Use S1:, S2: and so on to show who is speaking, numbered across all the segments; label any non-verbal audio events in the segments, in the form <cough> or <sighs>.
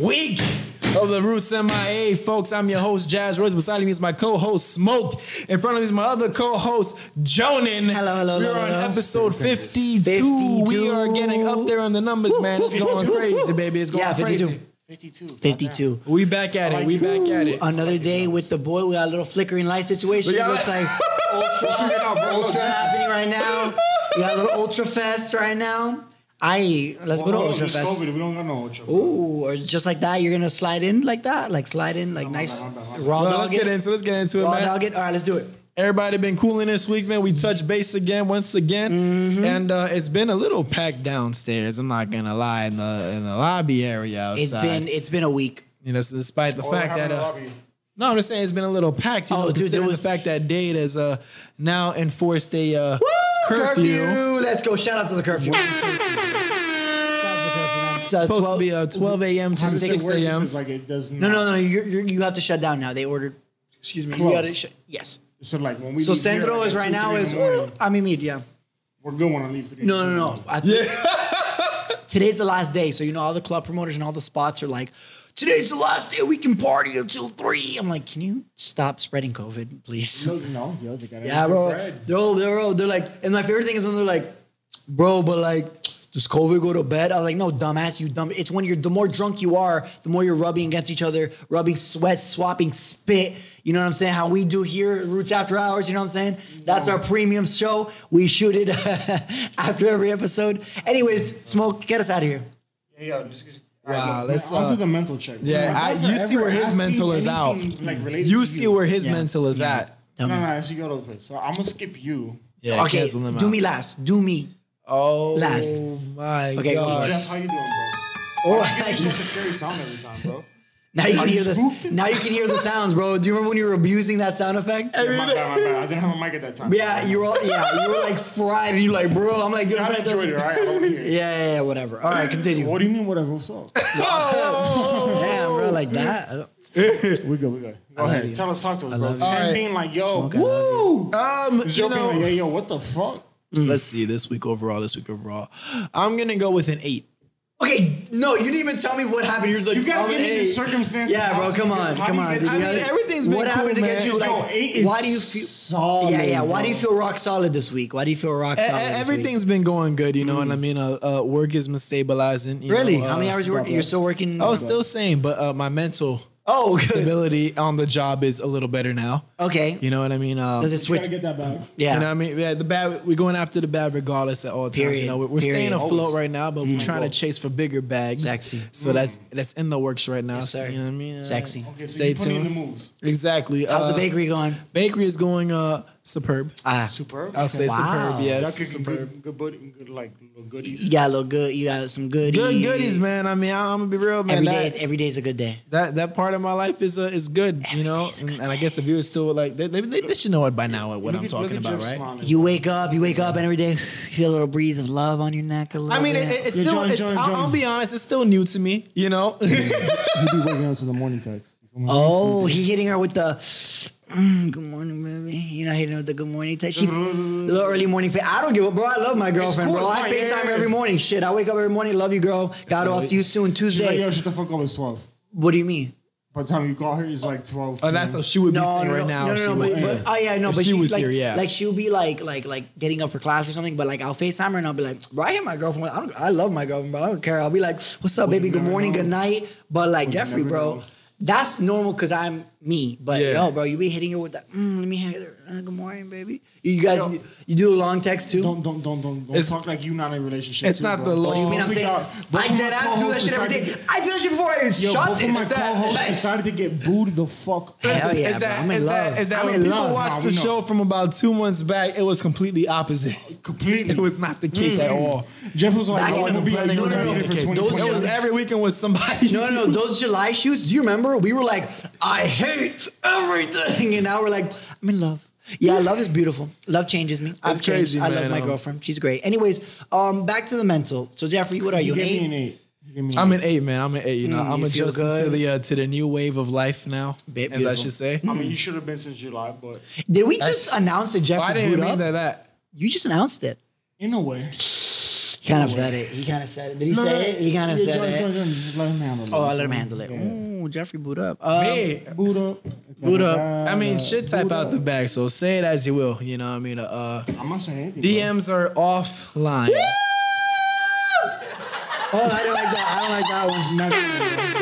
S1: week of the Roots MIA, folks. I'm your host, Jazz Rose. Beside me is my co-host, Smoke. In front of me is my other co-host, Jonan.
S2: Hello, hello,
S1: We're
S2: hello,
S1: on
S2: hello.
S1: episode 52. We
S2: 52.
S1: are getting up there on the numbers, man. It's going crazy, baby. It's going
S2: Yeah, 52.
S1: crazy.
S3: 52.
S2: 52.
S1: We back at it. We back at it.
S2: Another day with the boy. We got a little flickering light situation.
S1: We got-
S2: Looks
S1: <laughs>
S2: like ultra
S4: Ultra.
S2: happening right now. We got a little ultra fest right now. I let's go to
S4: Well,
S2: ultra
S4: it's
S2: fest.
S4: COVID, We don't got no ultra.
S2: Ooh, or just like that. You're gonna slide in like that, like slide in, like nice
S4: I'm not, I'm
S2: raw
S1: Well,
S2: dog.
S1: let's get
S2: it.
S1: into let's get into it,
S2: Raw
S1: man.
S2: dog it. All right, let's do it.
S1: Everybody been cooling this week, man. We touched base again, once again,
S2: Mm-hmm.
S1: and uh, it's been a little packed downstairs. I'm not gonna lie, in the in the lobby area outside.
S2: It's been it's been a week.
S1: you know, despite the
S4: What
S1: fact that
S4: happened in the
S1: uh,
S4: Oh, lobby?
S1: no, I'm just saying it's been a little packed. You
S2: Oh,
S1: know,
S2: dude, there
S1: considering
S2: was-
S1: the fact that Dade has uh, now enforced a uh, curfew.
S2: Let's go. Shout out to the curfew. It's
S1: Supposed to be uh, 12 a.m. to
S4: How does it
S1: 6
S4: work?
S1: a.m.
S4: Because, Like it does
S2: No, no, no. You're, you're, you have to shut down now. They ordered. Excuse me.
S4: Close.
S2: You gotta shut. Yes.
S4: So like when we
S2: So
S4: leave here,
S2: Centro
S4: like,
S2: is
S4: at
S2: right
S4: 2,
S2: now
S4: 3 in
S2: is
S4: the morning,
S2: I mean mead, yeah.
S4: we're good when I leave today.
S2: No, no, no. I think today's the last day, so you know all the club promoters and all the spots are like, today's the last day we can party until three. I'm like, can you stop spreading COVID,
S4: <laughs>
S2: please?
S4: no, no, yo, they gotta
S2: Yeah,
S4: eat
S2: bro.
S4: their bread.
S2: They're, all- they're, all- they're like, and my favorite thing is when they're like, bro, but like, does COVID go to bed? I was like, no, dumbass, you dumb. It's when you're, the more drunk you are, the more you're rubbing against each other, rubbing sweat, swapping spit. You know what I'm saying? How we do here, at Roots After Hours, you know what I'm saying? That's our premium show. We shoot it <laughs> after every episode. Anyways, Smoke, get us out of here.
S4: Yeah, yo, just, just
S1: Wow,
S4: I'll,
S1: let's,
S4: I'll
S1: uh,
S4: do the mental check.
S1: yeah,
S4: Like,
S1: I-
S4: don't
S1: you see
S4: ever
S1: where his
S4: ask me
S1: mental is out.
S4: anything, Like, related
S1: You
S4: to
S1: see where his mental is at.
S4: No, no, no, you go to place. So I'm gonna skip you.
S1: Yeah,
S2: okay,
S1: cancel him
S2: do
S1: out.
S2: me last. Do me.
S1: Oh,
S2: last.
S1: my
S2: Okay, go
S1: gosh.
S2: first.
S4: Jeff, how you doing,
S2: Oh,
S4: bro? Why you give me such
S2: <laughs>
S4: a scary sound every time, bro.
S2: now you can
S4: you
S2: hear this.
S4: spooked?
S2: Now you can hear the sounds, bro. Do you remember when you were abusing that sound effect?
S4: Yeah, my bad, my bad. I didn't have a mic at that time.
S2: Yeah, you were all, yeah, you were like fried, and you're like, bro, I'm like, dude, I'm
S4: I
S2: trying to
S4: enjoyed it. All right, I don't wanna hear it.
S2: Yeah, yeah, yeah, whatever. All right, continue.
S4: What do you mean? Whatever. What's up? Oh,
S2: Damn, bro, like that. I don't-
S4: We go, we go. Go
S2: love you.
S4: ahead. Tell us, talk to us, bro.
S2: love you.
S4: Ten
S1: Alright.
S4: being like, yo,
S2: Smoke, I love
S4: woo.
S1: Um, you
S4: Yo, being like,
S1: know,
S4: yeah, yo, what the fuck?
S1: let's see. This week overall, this week overall, I'm gonna go with an eight.
S2: Okay, no, you didn't even tell me what happened. You're just like,
S4: You gotta
S2: I'm
S4: give
S2: an
S4: me the
S2: eight.
S4: circumstances.
S2: Yeah, bro,
S4: How-
S2: come on,
S4: how do
S2: come
S4: you
S2: on.
S4: get-
S2: dude,
S4: I
S2: you
S4: mean,
S2: gotta-
S1: everything's been
S2: What happened
S1: cool,
S2: to get
S1: man.
S2: you? Like,
S4: Yo, eight is
S2: why do you feel?
S4: solid,
S2: yeah, yeah. Why do you
S4: bro.
S2: feel rock solid this week? Why do you feel rock
S1: E-
S2: solid? this week?
S1: Everything's been going good, you know
S4: Mm.
S1: what I mean? Uh, uh, work is been stabilizing. you
S2: really.
S1: know,
S2: How many
S1: uh,
S2: hours you working? You're still working?
S1: I was still same, but uh, my mental
S2: Oh, <laughs> good.
S1: stability on the job is a little better now.
S2: Okay.
S1: You know what I mean? Um,
S2: Does it
S4: You gotta
S2: switch?
S4: get that back.
S2: Yeah.
S1: You know what I mean? Yeah, the bad. We're going after the bad regardless at all times.
S2: Period.
S1: You know, we're, we're staying
S2: Period. Mm.
S1: afloat
S4: Always.
S1: right now, but we're trying to
S4: goal.
S1: chase for bigger bags.
S2: Sexy. Mm.
S1: So that's that's in the works right now.
S2: Yes,
S1: so
S2: sir.
S1: you know what I mean? Uh,
S2: Sexy.
S4: Okay, so
S1: Stay
S4: you put me in the
S1: tuned.
S4: moves.
S1: Exactly.
S2: How's the
S1: Uh,
S2: bakery going?
S1: Bakery is going uh superb.
S2: Ah,
S4: Superb.
S1: I'll say
S2: Wow.
S1: superb.
S4: Y'all
S1: Yes,
S4: cooking
S1: superb.
S4: good, good, buddy, good, like little goodies.
S2: you got a little good. You got some goodies.
S1: Good goodies, man. I mean, I, am gonna be real, man.
S2: Every
S1: that,
S2: day, is, every day is a good day.
S1: that that part of my life is uh, is good, you know.
S2: day's a
S1: And,
S2: good
S1: and I guess the viewers still like they, they, they, they should know it by now what
S4: Look
S1: I'm
S4: at- look
S1: talking
S4: at
S1: about,
S4: Jeff
S1: right?
S4: smiling. <laughs>
S2: You wake up, you wake up, and every day <sighs> you feel a little breeze of love on your neck. A little
S1: I mean, it,
S2: bit.
S1: it- it's
S4: Yeah,
S1: still.
S4: join,
S1: it's,
S4: join,
S1: I'll,
S4: join.
S1: I'll be honest, it's still new to me, you
S2: <laughs>
S1: know. <laughs>
S4: You be waking up to the morning text. You feel me?
S2: oh, he hitting her with the "Mm, good morning, baby. You know, hitting her with the good morning text. She,
S1: Mm-hmm.
S2: little early morning. Fa- I don't give a bro. I love my girlfriend,
S4: cool,
S2: bro.
S4: it's
S2: I
S4: fine, yeah,
S2: FaceTime her
S4: yeah.
S2: every morning. Shit, I wake up every morning. Love you, girl. God, I'll see you soon
S4: She's like,
S2: Tuesday.
S4: yo, shut the fuck up. It's twelve.
S2: What do you mean?
S4: By the time you call her, it's like twelve.
S1: oh, that's
S4: p.m.
S1: what she would be
S2: No,
S1: saying
S2: no,
S1: right
S2: no,
S1: now.
S2: no,
S1: if
S2: no,
S1: she
S2: no,
S1: was
S2: but,
S1: here.
S2: but oh yeah, no,
S1: If
S2: but
S1: she
S2: she
S1: was
S2: like,
S1: here, yeah.
S2: like she'll be like, like, like getting up for class or something. But like, I'll Facetime her and I'll be like, bro, I hear my girlfriend. I don't, I love my girlfriend, but I don't care. I'll be like, what's up, baby? Good
S4: never
S2: morning,
S4: know.
S2: good night. But like, Jeffrey,
S4: never
S2: bro,
S4: know.
S2: that's normal because I'm me. But
S1: Yeah.
S2: yo, bro, you be hitting her with that. Mm, let me hit her. Uh, good morning, baby. You guys, you, you do a long text too.
S4: Don't don't don't don't, don't
S1: It's-
S4: talk like you not in a relationship.
S1: it's
S4: too,
S1: not
S4: bro.
S1: the law.
S2: you mean I'm
S4: Freak
S2: saying?
S4: out. Both
S2: I
S4: of
S2: dead ass
S4: my
S2: do that
S4: co-hosts
S2: shit every day.
S4: decided to-
S2: I did that shit before. I
S4: Yo,
S2: shot
S4: both of
S2: this.
S4: my
S2: <laughs>
S4: co-hosts decided to get booed the
S2: <laughs>
S4: fuck.
S2: Hell
S1: Listen,
S2: yeah,
S1: is
S2: bro.
S1: that,
S2: I'm in
S1: is
S2: love.
S1: that is that
S2: I'm
S1: when
S2: in
S1: people
S2: love.
S1: watched
S4: Nah,
S1: the
S4: we know.
S1: show from about two months back, it was completely
S2: <laughs>
S1: opposite.
S4: Completely.
S1: It was not the case
S2: Mm.
S1: at all.
S4: Jeff was like,
S2: Back
S4: oh,
S2: in
S4: I
S2: the-
S4: will be like,
S2: no, no,
S4: no,
S2: no,
S4: no,
S2: no, because
S4: no,
S2: those
S1: It
S2: shows-
S1: was every weekend was somebody. <laughs>
S2: No, no, no. Those July shoots, do you remember? We were like, I hate everything. And now we're like, I'm in love. Yeah, love is beautiful. Love changes me. I've
S1: It's crazy,
S2: changed. I love
S1: man.
S2: my
S1: Um,
S2: girlfriend. She's great. Anyways, um, back to the mental. So Jeffrey, what are you?
S4: Give
S2: an
S4: me an
S2: Eight?
S4: eight. Give me an
S1: I'm
S4: eight.
S1: an eight, man. I'm an eight. You know,
S2: Mm,
S1: I'm
S2: you feel
S1: adjusting to
S2: good?
S1: the uh, to the new wave of life now,
S2: Bit
S1: as I
S2: beautiful.
S1: should say.
S4: I mean, you should have been since July, but
S2: Did we just announce that
S1: I
S2: Jeffrey's
S1: didn't
S2: booed
S1: mean
S2: up?
S1: that. That
S2: You just announced it.
S4: in a way,
S2: He kind of said it. He kind of said it. Did he say it? He kind of
S4: Yeah,
S2: said
S4: Jordan,
S2: it.
S4: Jordan, just let him handle it.
S2: Oh, I let him handle it. Ooh, Jeffrey boot up. Um, uh,
S1: Hey,
S4: Boot up.
S2: Boot up.
S1: I mean, shit type out the back, so say it as you will. You know what I mean? Uh,
S4: I'm not saying anything. bro.
S1: DMs are offline.
S2: Oh, I don't like that. I don't like
S1: <laughs>
S2: that one.
S4: Not- That's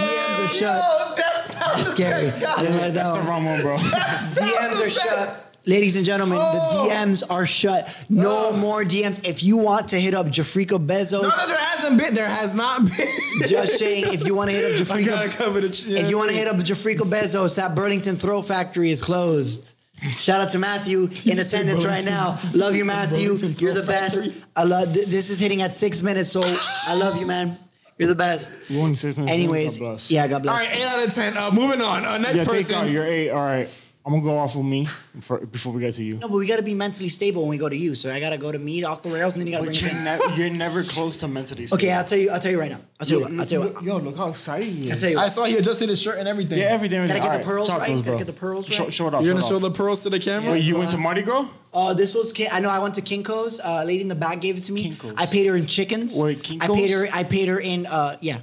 S2: DMs are shut. That's scary. I don't like that
S4: the
S2: one.
S4: wrong one, bro.
S2: DMs are shut. Ladies and gentlemen,
S1: Oh.
S2: the DMs are shut. No more DMs. If you want to hit up Jafrika Bezos,
S1: No, no, there hasn't been. There has not been.
S2: just saying, if <laughs> you want to hit
S1: <laughs>
S2: up
S1: I gotta
S2: Jafrika,
S1: cover the. ch-
S2: if you want to hit up Jafrika Bezos, that Burlington Throw Factory is closed. Shout out
S1: <laughs>
S2: to Matthew in attendance right now. Love you, Matthew.
S1: Burlington
S2: You're the
S1: Throw
S2: best.
S1: Factory.
S2: I love. th- This is hitting at six minutes, so I love you, man. You're the best.
S4: <laughs> You want six minutes?
S2: Anyways,
S4: God bless.
S2: yeah, God
S1: All
S2: bless.
S1: right, eight out of ten. Uh, moving on. Uh, next
S4: Yeah, take out.
S1: person.
S4: You're eight. All right. I'm gonna go off with me for, before we get to you.
S2: No, but we gotta be mentally stable when we go to you. So I gotta go to me off the rails, and then you gotta bring
S4: But <laughs>
S2: us
S4: you're,
S2: in.
S4: nev- you're never close to mentally.
S2: Okay, I'll tell you. I'll tell you right now. I'll tell you what. I'll tell you what.
S4: Yo, look how excited he
S2: I'll
S4: is.
S2: tell you
S1: I
S2: what.
S1: saw he adjusted his shirt and everything.
S4: Yeah, everything.
S2: Gotta
S4: everything.
S2: get the
S4: All right,
S2: pearls
S4: talk to
S2: right.
S4: us,
S2: Gotta
S4: bro.
S2: get the pearls
S4: Show,
S2: right.
S4: show it off.
S1: You're gonna
S4: it
S1: show
S4: off.
S1: the pearls to the camera.
S4: Wait, you went to Mardi Gras?
S2: Uh, this was. Kin- I know. I went to Kinko's. Uh, a lady in the back gave it to me.
S4: Kinko's.
S2: I paid her in chickens.
S4: Wait,
S2: I
S4: Kinko's?
S2: paid her. I paid her in. Uh, yeah.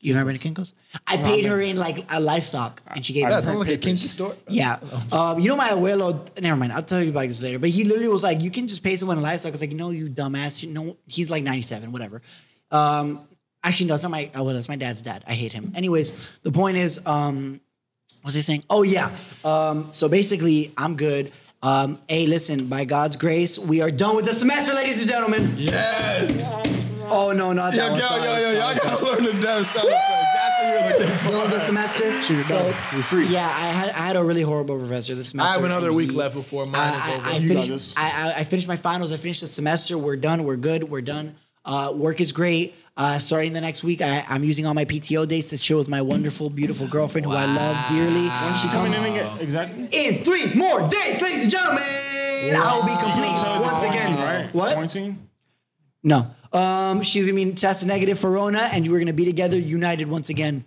S2: You never been to Kinko's? I paid her in like a livestock, and she gave.
S1: That
S2: me
S1: sounds like a kinky store.
S2: Yeah. Um, you know my abuelo. Never mind. I'll tell you about this later. But he literally was like, "You can just pay someone in livestock." I was like, "No, you dumbass. You know he's like 97, whatever." Um, actually, no, it's not my abuelo. It's my dad's dad. I hate him. Anyways, the point is, um, what was he saying? Oh yeah. Um, so basically, I'm good. Um, hey, listen. By God's grace, we are done with the semester, ladies and gentlemen.
S1: Yes.
S2: Oh no, not that
S1: Yo,
S2: one.
S1: yo,
S2: Sorry,
S1: yo, yo,
S2: sorry,
S1: y'all
S2: sorry.
S1: gotta learn the damn sound effects. That's what you're looking for.
S4: <laughs>
S1: <laughs>
S2: Done with the semester.
S4: You're
S2: So
S4: done. You're free.
S2: yeah, I had I had a really horrible professor this semester.
S1: I have another
S2: and
S1: week
S2: he-
S1: left before mine is
S2: I,
S1: over.
S2: I, I
S4: You got
S2: finished,
S4: this.
S2: I, I- I finished my finals. I finished the semester. We're done. We're good. We're done. Uh, work is great. Uh, starting the next week, I, I'm using all my PTO days to chill with my wonderful, beautiful girlfriend who I love dearly. When she
S4: Coming
S2: comes
S4: in again. Exactly.
S2: in three more days, ladies and gentlemen, I will be complete
S4: So it's
S2: once
S4: quarantine,
S2: again.
S4: right?
S2: What?
S4: Quarantine?
S2: No. Um, she's gonna be tested negative for Rona, and you were gonna be together, united once again.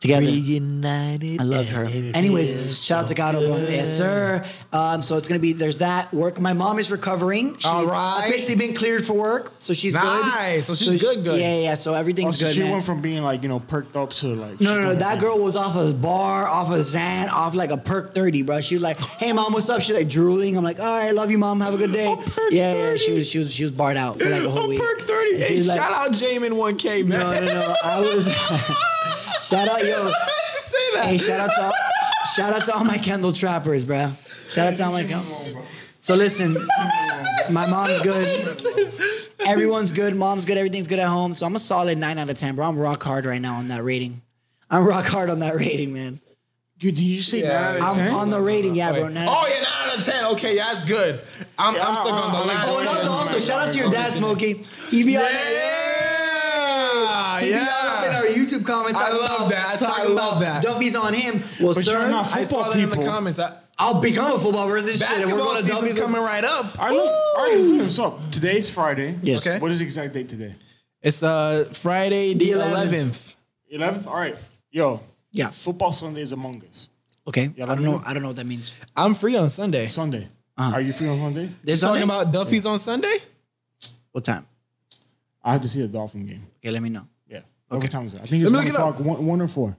S2: Together.
S1: Reunited.
S2: I love her. Anyways, shout out to God. Obama. Yes, sir. Um, so it's gonna be there's that work. My mom is recovering. She's
S1: All right.
S2: officially been cleared for work, so she's
S1: Nice. So
S2: good.
S1: she's good, good.
S2: Yeah, yeah. yeah. So
S4: Oh,
S2: everything's
S4: so
S2: good,
S4: she
S2: man.
S4: went from being like you know perked up to like.
S2: no, no, no. That girl was off a bar, off a Xan, off like a perk thirty, bro. She was like, "Hey, mom, what's up?" She's like drooling. I'm like, "All right, love you, mom. Have a good day." yeah, yeah. She was, she was, she was barred out
S1: <laughs>
S2: for like a whole
S1: Oh,
S2: week.
S1: Perk 30. Hey,
S2: She's like-
S1: shout out Jamin 1K, man.
S2: No, no, no. I was. <laughs> shout out, yo.
S1: <laughs> Just say that.
S2: Hey, shout out to all, shout out to all my Kendall trappers, bro. Shout out to all my Kendall. So listen, my mom's good. Everyone's good. Mom's good. Everything's good at home. So I'm a solid nine out of ten, bro. I'm rock hard right now on that rating. I'm rock hard on that rating, man.
S4: Dude, did you say
S1: Yeah,
S4: that?
S1: it's-
S2: I'm on the rating, yeah, bro.
S1: Wait.
S2: Nine
S1: oh, yeah, 9 out of 10. Okay, yeah, that's good. I'm,
S4: Yeah,
S1: I'm stuck
S4: uh,
S1: on the
S4: uh,
S1: last
S4: uh,
S2: Oh, and also, also, shout out to your dad, Smokey. He be on
S1: Yeah.
S2: He be all up in our
S1: Yeah.
S2: YouTube comments.
S1: I
S2: talking
S1: love
S2: about-
S1: that. I love
S2: Talking about
S1: that.
S2: Duffy's on him. Well,
S4: But you're
S2: sir,
S4: not
S1: I saw
S4: football
S1: that in the
S4: people.
S1: comments. I,
S2: I'll become a football person. Shit, and we're
S1: basketball
S2: going to
S1: season's
S2: Duffy's.
S1: coming right up.
S4: I look. All right, look what's up. Today's Friday.
S2: Yes.
S1: Okay.
S4: What is the exact date today?
S1: It's uh Friday the
S2: The 11th.
S1: 11th.
S4: 11th. All right. Yo,
S2: Yeah.
S4: football Sunday is among us.
S2: Okay.
S4: Yeah,
S2: I
S4: let
S2: don't
S4: me
S2: know.
S4: know.
S2: I don't know what that means.
S1: I'm free on Sunday.
S4: Sunday.
S2: Uh-huh.
S4: Are you free on Sunday?
S2: This
S1: Talking
S2: Sunday?
S1: about Duffy's on Sunday?
S2: what time?
S4: I have to see the Dolphin game.
S2: Okay, let me know.
S4: Yeah. Okay. What time is it? I think it's
S3: Let me look
S4: one
S3: it up.
S4: o'clock, one, one or four.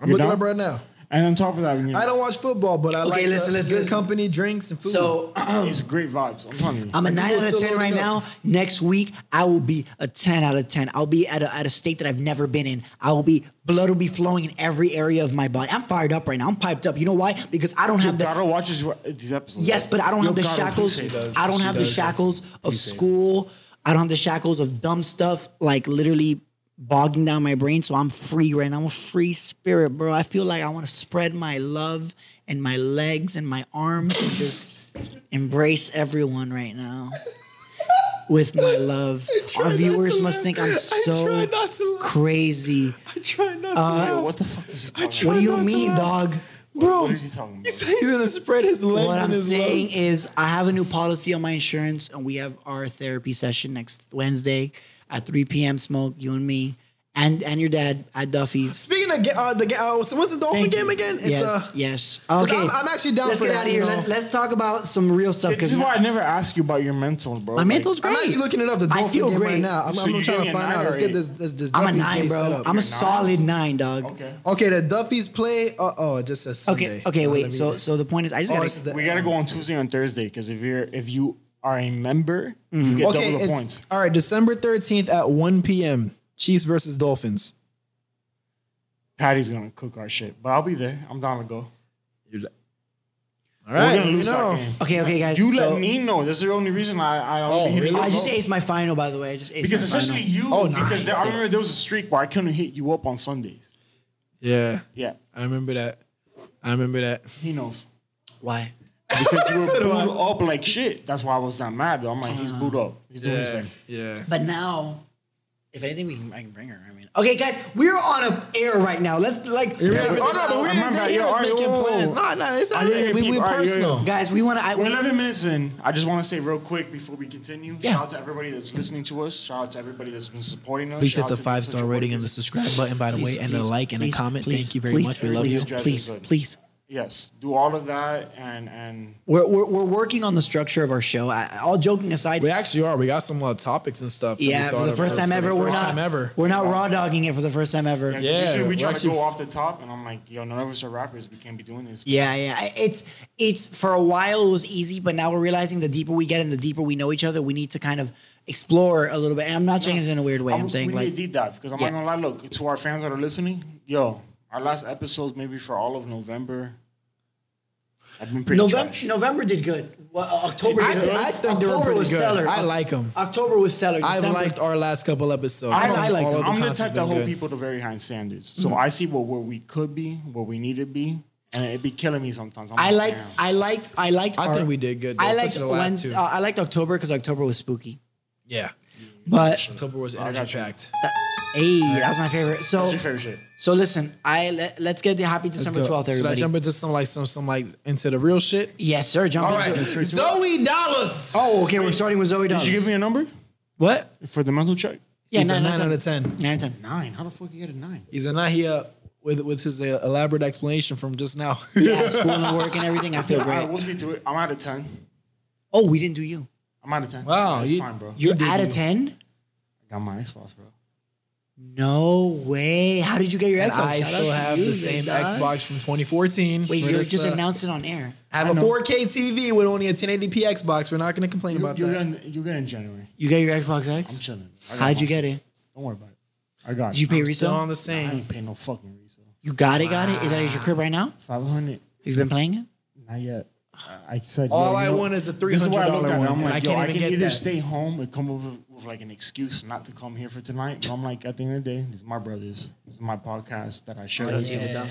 S3: I'm
S4: You're
S3: looking
S4: down?
S3: up right now.
S4: And on top of that, you know,
S3: I don't watch football, but I like
S2: listen,
S3: the
S2: listen,
S3: good
S2: listen.
S3: company, drinks, and food.
S2: So
S4: it's great vibes. I'm telling you.
S2: I'm a
S3: And
S2: nine
S3: people
S2: out of
S3: still
S2: ten right
S3: loading
S2: now.
S3: up.
S2: Next week I will be a ten out of ten. I'll be at a, at a state that I've never been in. I will be blood will be flowing in every area of my body. I'm fired up right now. I'm piped up. You know why? Because I don't have the
S4: Gotta watch his, these episodes.
S2: Yes, but I don't
S4: Yo,
S2: have the
S4: gotta
S2: shackles.
S4: appreciate that.
S1: does.
S2: I don't
S1: She
S2: have the
S1: does.
S2: shackles of school. I don't have the shackles of dumb stuff like literally bogging down my brain. So I'm free right now. I'm a free spirit, bro. I feel like I want to spread my love and my legs and my arms
S1: <laughs>
S2: and just embrace everyone right now with my love.
S1: try
S2: Our
S1: not
S2: viewers
S1: to
S2: must
S1: laugh.
S2: think I'm
S1: I try
S2: so Uh,
S1: not to laugh.
S2: crazy.
S1: I try not to
S4: Yo,
S1: laugh.
S4: what the fuck is he talking
S1: try-
S2: What do you
S1: not to
S2: mean,
S1: laugh.
S2: dog?
S1: Bro,
S4: What is he talking about?
S1: he said he's gonna spread his legs
S2: What
S1: and
S2: I'm
S1: his
S2: saying
S1: legs.
S2: is, I have a new policy on my insurance, and we have our therapy session next Wednesday at 3 p.m. Smoke, you and me. and and your dad at Duffy's.
S3: Speaking of ga- uh, the ga- uh, so what's the Dolphin
S2: Thank you.
S3: game again? It's
S2: yes,
S3: uh,
S2: yes.
S3: 'cause
S2: Okay,
S3: I'm, I'm actually down
S2: let's
S3: for
S2: get
S3: that.
S2: out of
S3: you
S2: here.
S3: know?
S2: Let's let's talk about some real stuff
S4: This
S2: because
S4: is why I never ask you about your mentals, bro.
S2: my mental's great.
S3: I'm actually looking it up. The
S2: I
S3: Dolphin
S2: feel
S3: game right
S2: great.
S3: now. I'm,
S4: So
S3: I'm
S4: you're
S3: trying
S4: giving
S3: to
S4: a
S3: find
S4: nine
S3: out.
S4: or
S3: Let's get
S4: eight?
S3: this this, this
S2: I'm a
S3: Duffy's game
S2: nine,
S3: set
S2: bro.
S3: up.
S2: I'm a solid nine, dog.
S4: Okay.
S3: okay, the Duffy's play. Uh oh, it just says Sunday.
S2: Okay, okay,
S3: Uh, let
S2: wait.
S3: me-
S2: So, so the point is, I just
S3: oh,
S2: gotta.
S3: it's the,
S4: We gotta go on Tuesday and Thursday because if you're if you are a member,
S2: Mm-hmm.
S4: you get
S3: okay.
S4: double the
S3: it's,
S4: points.
S3: All right, December thirteenth at one p.m. Chiefs versus Dolphins.
S4: Patty's gonna cook our shit, but I'll be there. I'm down to go.
S3: All
S4: We're
S3: right,
S4: gonna
S3: you
S4: lose
S3: know.
S4: that game.
S2: okay, okay, guys.
S4: You
S2: so,
S4: let me know. That's the only reason I I
S1: Oh,
S4: only hit
S1: really?
S4: you
S2: I
S4: up.
S2: just aced my final, by the way. I just aced
S4: because
S2: my
S4: especially
S2: final.
S4: you.
S1: Oh,
S4: Because there, I
S1: nice.
S4: remember there was a streak where I couldn't hit you up on Sundays.
S1: Yeah,
S4: Yeah,
S1: I remember that. I remember that. <laughs>
S4: he knows.
S2: Why?
S4: Because you were booed up like shit. That's why I was not mad. Though. I'm like, he's booed up. He's doing his
S1: Yeah,
S4: thing.
S1: yeah.
S3: Oh,
S2: But now, if anything, we can I can bring her. I mean, okay, guys, we're on a air right now. Let's like,
S3: Oh, no,
S4: Remember this-
S3: but we didn't they
S4: remember that.
S3: hear
S4: Yeah,
S3: us
S4: all right,
S3: making
S4: whoa.
S3: plans. Nah, nah, it's not
S4: I didn't
S3: it. We,
S4: hear
S3: we
S4: people- all right, yeah,
S3: personal.
S4: yeah.
S2: guys, we want to. I,
S4: We're
S2: we-
S4: 11 minutes in. I just want to say real quick before we continue.
S2: Yeah.
S4: Shout out to everybody that's listening to us. Shout out to everybody that's been supporting us.
S1: Please hit
S4: Shout out
S1: the
S4: to
S1: five star
S4: potential
S1: rating and the
S4: workers.
S1: subscribe button, by the
S2: please,
S1: way, and
S2: please,
S1: a like and a
S2: please,
S1: comment.
S2: please,
S1: Thank you very
S2: please,
S1: much. We love
S2: please,
S1: you.
S4: Judge is
S2: Please,
S4: good.
S2: please.
S4: Yes, do all of that and and
S2: We're, we're, we're working on the structure of our show. I, all joking aside,
S1: We actually are. We got some uh, topics and stuff. that we
S2: yeah,
S1: thought
S2: for the
S1: of
S2: first time
S1: for the
S2: ever, we're
S1: first
S2: not
S1: time ever.
S2: we're not raw dogging it for the first time ever.
S4: yeah, 'cause
S1: Yeah,
S4: usually we
S1: we're
S4: try
S1: actually-
S4: to go off the top and I'm like, yo, none of us are rappers. We can't be doing this.
S2: Yeah, yeah. I- It's it's for a while it was easy, but now we're realizing the deeper we get and the deeper we know each other, we need to kind of explore a little bit. And I'm not saying it's in a weird way.
S4: I
S2: I'm
S4: would-
S2: saying
S4: we
S2: like
S4: need a deep dive because I'm
S2: Yeah.
S4: not gonna lie. Look to our fans that are listening, yo, our last episodes maybe for all of November. I've been pretty
S2: November.
S4: trash.
S2: November did good. Well, October.
S1: I,
S2: did
S1: I
S2: good.
S1: think they were
S2: October
S1: pretty
S2: was
S1: good.
S2: stellar.
S1: I like them.
S2: October was stellar.
S1: I've
S2: December-
S1: liked our last couple episodes.
S4: I'm-
S2: I like
S1: All
S2: them.
S1: of
S4: I'm the
S1: content's
S4: type that
S1: been
S4: hold
S1: good.
S4: people to very high standards. So
S2: Mm-hmm.
S4: I see what where we could be, where we need to be, and it be killing me sometimes. I'm
S2: I
S4: like,
S2: liked.
S4: damn.
S2: I liked. I liked.
S1: I
S2: our-
S1: think we did good, though,
S2: I
S1: especially
S2: liked.
S1: the last
S2: Wednes-
S1: two.
S2: uh, I liked October because October was spooky.
S1: Yeah. Oh,
S2: But
S1: October was
S4: got you.
S1: energy packed.
S2: hey, that was my favorite. So
S4: What's your favorite shit?
S2: so listen. I let, let's get the happy December twelfth,
S1: Should I
S2: everybody.
S1: jump into some like some some like into the real shit?
S2: yes, sir. Jump
S1: All
S2: into
S1: right.
S2: it.
S1: Zoe Dollars.
S2: Oh, okay. We're starting with Zoe.
S4: Did you give me a number
S1: What?
S4: for the mental check?
S2: Yeah,
S1: He's
S2: nine,
S1: a
S2: nine,
S1: nine out
S2: nine,
S1: of ten. <laughs>
S2: nine, ten.
S4: Nine. How the fuck you get a nine?
S1: He's a nine here with with his uh, elaborate explanation from just now. <laughs>
S2: Yeah, school and work and everything. I feel
S4: All right,
S2: great.
S4: we'll be through it. I'm out of ten.
S2: Oh, we didn't do you.
S4: I'm out of ten.
S1: Wow,
S4: it's
S1: you-
S4: fine, bro.
S2: You're
S1: did
S2: out of
S1: you.
S2: ten.
S4: got my Xbox, bro.
S2: No way. How did you get your
S1: And
S2: Xbox?
S1: I
S2: Shout out
S1: still
S2: to
S1: have
S2: you,
S1: the same
S2: dog.
S1: Xbox from 2014.
S2: Wait,
S1: We're
S2: you just
S1: uh,
S2: announced it on air.
S1: I have a 4K TV with only a 1080p Xbox. We're not going to complain about
S4: You're
S1: that.
S4: getting, you're getting January.
S2: You got your Xbox
S4: I'm
S2: X?
S4: chilling. I got
S2: How'd you
S4: mine.
S2: get it?
S4: Don't worry about it. I got
S2: Did you
S4: it.
S2: pay
S1: Still
S2: resale?
S1: on the
S4: I
S1: same.
S4: ain't paying no fucking resale.
S2: You got it, got it. Is that at your crib right now?
S4: Five hundred.
S2: You've been playing it?
S4: Not yet. I- I said
S1: All
S4: yo, you
S1: I
S4: know-
S1: want is a
S4: this where I look
S1: $300
S4: at it.
S1: one,
S4: I'm
S1: and
S4: like,
S1: I
S4: yo,
S1: can't
S4: I
S1: even
S4: can
S1: get
S4: either
S1: that.
S4: stay home and come up with, with like an excuse not to come here for tonight. But I'm like, at the end of the day, this is my brothers. This is my podcast that I share with you.
S2: Yeah.
S4: You feel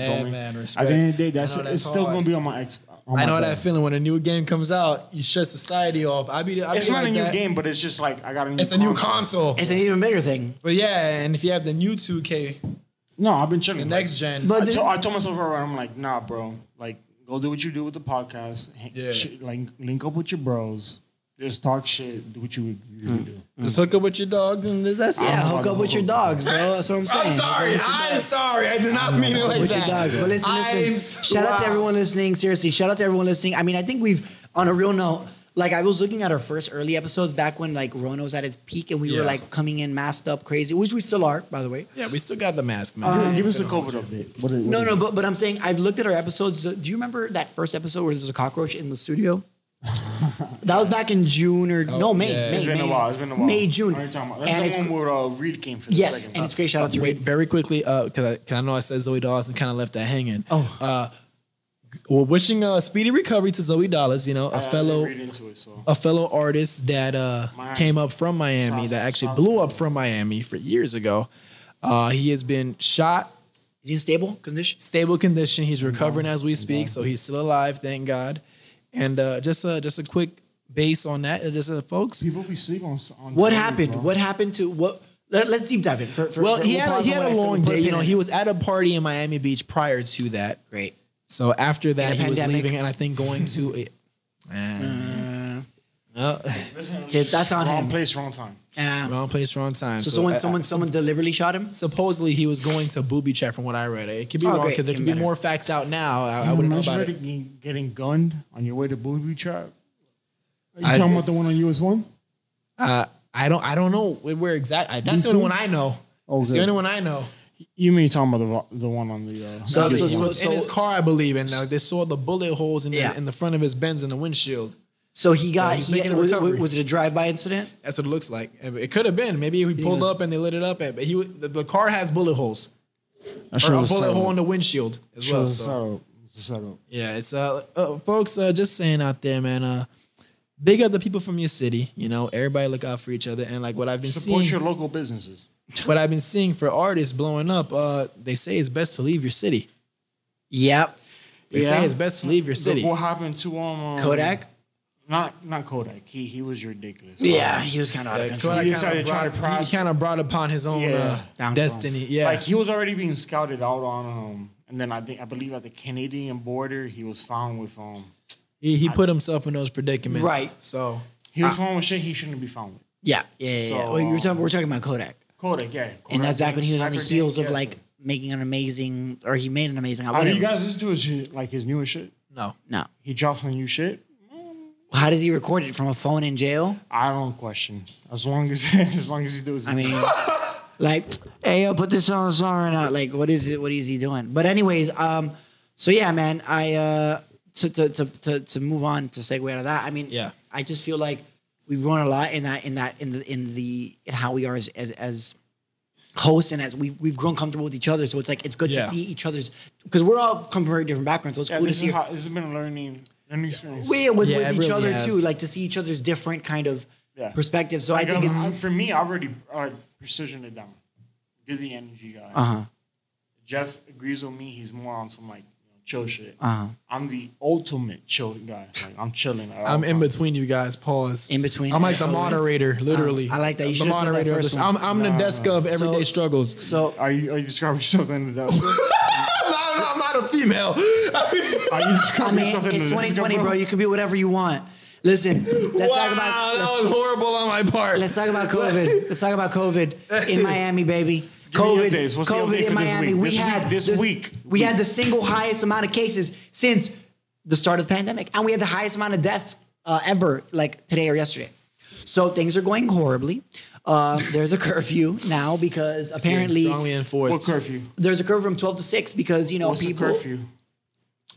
S1: Yeah,
S4: me?
S1: man,
S4: At
S1: respect.
S4: the end of the day, that's,
S1: I know that's
S4: it's still
S1: hard.
S4: gonna be on my ex. on
S1: I
S4: my
S1: know that
S4: phone.
S1: feeling when a new game comes out, you shut society off. I be, I be
S4: It's
S1: like
S4: not a new
S1: that.
S4: game, but it's just like I got a new.
S1: It's a new console.
S2: It's an even bigger thing.
S1: But yeah, and if you have the new 2K,
S4: No, I've been chilling.
S1: the
S4: like,
S1: next gen,
S2: But
S4: I,
S2: this-
S4: told- I told myself alright, I'm like, nah, bro. Like, go do what you do with the podcast. Hang-
S1: Yeah.
S4: shit, like, link up with your bros. Just talk shit. Do what you
S2: Hmm.
S4: usually do.
S1: just hook up with your dog and that's- that's it.
S2: Yeah, hook up with your dogs, bro. That's what I'm saying.
S1: I'm sorry. I'm sorry. I did not mean it like
S2: with
S1: that.
S2: your dogs. But listen,
S1: I'm
S2: listen.
S1: s-
S2: Shout out to
S1: wow.
S2: everyone listening. Seriously, shout out to everyone listening. I mean, I think we've on a real note. Like I was looking at our first early episodes back when like Rona was at its peak and we were
S1: Yeah.
S2: like coming in masked up crazy, which we still are, by the way.
S1: Yeah, we still got the mask, man.
S4: Give us the COVID update. What is, what
S2: No,
S4: is
S2: no,
S4: it?
S2: but but I'm saying I've looked at our episodes. Do you remember that first episode where there's a cockroach in the <laughs> studio? that was back in June or no May.
S1: yeah.
S2: May
S4: Oh, It's been
S2: May,
S4: a while. It's been a while.
S2: May June.
S4: What are you talking about?
S2: And
S4: That's
S2: it's
S4: the one
S2: cr-
S4: where uh, Reed came for the
S2: yes,
S4: second
S2: and it's
S4: time.
S2: great. Shout out to
S1: Wait,
S2: Reed.
S1: very quickly, because I, 'cause I know I said Zoe Dawes and kind of left that hanging.
S2: Oh.
S1: Uh, well, wishing a speedy recovery to Zoe Dallas, you know, a
S4: I- I
S1: fellow
S4: read into it, so.
S1: a fellow artist that uh,
S4: Miami.
S1: came up from Miami
S4: South-
S1: that actually
S4: South
S1: blew up from Miami for years ago. Uh, he has been shot,
S2: Is he in stable condition?
S1: stable condition. He's recovering as we speak, so he's still alive, thank God. And uh, just a just a quick base on that, uh, just uh, folks.
S4: People be sleep on. on
S2: What
S4: Twitter,
S2: happened?
S4: bro.
S2: What happened to what? Let, us deep dive in. For, for,
S1: Well,
S2: for-
S1: he
S2: we'll
S1: had a,
S2: pause
S1: he
S2: on
S1: had
S2: what
S1: a
S2: I said,
S1: long
S2: we'll put
S1: day.
S2: a
S1: You
S2: pin
S1: know,
S2: in
S1: he
S2: it.
S1: was at a party in Miami Beach prior to that.
S2: great.
S1: So after that,
S2: a
S1: he was
S2: pandemic. <laughs>
S1: leaving, and I think going to. a- Eh.
S4: Listen,
S2: Tis- that's on
S4: wrong
S2: him.
S4: place, wrong time.
S2: Yeah.
S1: Wrong place, wrong time. uh,
S2: So, someone, someone, someone deliberately shot him.
S1: supposedly he was going to booby check from what I read. It could be
S2: Oh,
S1: wrong
S2: great.
S1: because there could be
S2: Even better.
S1: more facts out now. I, I wouldn't know
S4: Imagine
S1: about it.
S4: already Getting gunned on your way to booby trap. Are you
S1: I
S4: talking
S1: just-
S4: about the one on US one?
S1: Uh, I don't. I don't know where where exact. I, that's the only
S4: too.
S1: one I know.
S4: Oh,
S1: It's the
S4: good.
S1: only one I know.
S4: You mean you're talking about the vo- the one on the uh,
S2: So-
S4: US
S1: He
S2: so-
S4: one.
S1: was in his car, I believe, and uh, they saw the bullet holes in
S2: Yeah.
S1: the in the front of his Benz in the windshield.
S2: So he got.
S1: he's
S2: he,
S1: making a
S2: was,
S1: recovery.
S2: was it a drive-by incident?
S1: That's what it looks like. It it could have been. Maybe he pulled
S2: was-
S1: up and they lit it up. And, but he w- the, the car has bullet holes
S4: That shit
S1: or a
S4: was
S1: bullet
S4: setup.
S1: hole in the windshield as
S4: Shit
S1: well.
S4: was
S1: So.
S4: setup. It's a setup.
S1: Yeah, it's uh, uh folks, uh, just saying out there, man. Uh, big up the people from your city. You know, everybody look out for each other. And like what I've been
S4: Support
S1: seeing,
S4: your local businesses.
S1: what I've been seeing for artists blowing up. Uh, they say it's best to leave your city.
S2: Yep.
S1: They say it's best to leave your
S4: Look
S1: city.
S4: What happened to um, um,
S2: Kodak.
S4: Not not Kodak. He he was ridiculous.
S2: Yeah, he was kind of out of control.
S1: Kodak
S4: He
S1: kinda
S4: decided to try to
S1: brought-
S4: process-
S1: He kind of brought upon his own
S4: Yeah.
S1: uh,
S2: Downfall.
S1: destiny. Yeah,
S4: Like he was already being scouted out on um and then I think I believe at the Canadian border he was found with um
S1: he, he put himself in those predicaments.
S2: Right.
S1: So
S4: he
S2: Ah.
S4: was found with shit he shouldn't be found with.
S2: Yeah, yeah, yeah. yeah.
S4: So,
S2: well, you're talking,
S4: um,
S2: we're talking about Kodak,
S4: Kodak, yeah. Kodak
S2: and that's back when he was on the
S4: Sniper
S2: heels
S4: gang,
S2: of
S4: yeah.
S2: like making an amazing, or he made an amazing.
S4: How do
S2: album.
S4: you guys listen to his shit, like his newest shit?
S1: no,
S2: No.
S4: He drops on you shit.
S2: How does he record it from a phone in jail?
S4: I don't question. As long as <laughs> as long as he does. it.
S2: I mean,
S4: <laughs>
S2: like, hey, yo, put this on the song right now. Like, what is it? What is he doing? But anyways, um, so yeah, man, I uh, to to to to, to move on to segue out of that. I mean,
S1: Yeah.
S2: I just feel like we've grown a lot in that in that in the in the in how we are as as. as hosts and as we've, we've grown comfortable with each other so it's like it's good
S1: Yeah.
S2: to see each other's because we're all come from very different backgrounds so it's
S4: yeah,
S2: cool to
S4: this,
S2: see
S4: is how, this has been a learning learning experience.
S2: we with,
S1: Yeah,
S2: with
S1: it
S2: each
S1: really
S2: other
S1: has.
S2: too like to see each other's different kind of
S4: Yeah.
S2: perspectives so
S4: Like,
S2: i think
S4: I'm-
S2: it's
S4: I'm- for me, I already uh, precision it down. You're the energy guy.
S2: uh-huh
S4: Jeff agrees with me. He's more on some like you know, chill shit.
S2: Uh-huh.
S4: I'm the ultimate chill guy. Like I'm chilling. at all
S1: I'm in
S4: times.
S1: between you guys. Pause.
S2: In between.
S1: I'm like the
S2: Oh, this-
S1: moderator, literally.
S2: I like that. You
S1: the
S2: should've said that
S1: moderator. of
S2: first
S1: this.
S2: one.
S1: I'm, I'm the desk of everyday struggles.
S2: <laughs> so
S4: Are you are you describing <laughs> yourself in the devil?
S1: No, no, I'm not a female.
S4: Are you
S2: <laughs> I
S4: describing
S2: mean,
S4: yourself in
S2: it's
S4: the
S2: 2020, bro. You can be whatever you want. Listen, let's
S1: wow,
S2: talk about
S1: that
S2: let's,
S1: was horrible on my part.
S2: let's talk about
S4: <laughs>
S2: COVID. let's talk about COVID in Miami, baby.
S4: me
S2: COVID,
S4: updates. What's the update
S2: COVID
S4: for this
S2: in Miami.
S4: week?
S2: We
S4: This
S2: had
S4: week- this week.
S2: We had the single highest amount of cases since the start of the pandemic, and we had the highest amount of deaths uh, ever, like today or yesterday. So things are going horribly. Uh, there's a curfew now because apparently
S1: strongly
S4: What
S1: enforced.
S4: curfew?
S2: there's a curfew from 12 to 6 because you know
S4: What's the
S2: people
S4: curfew?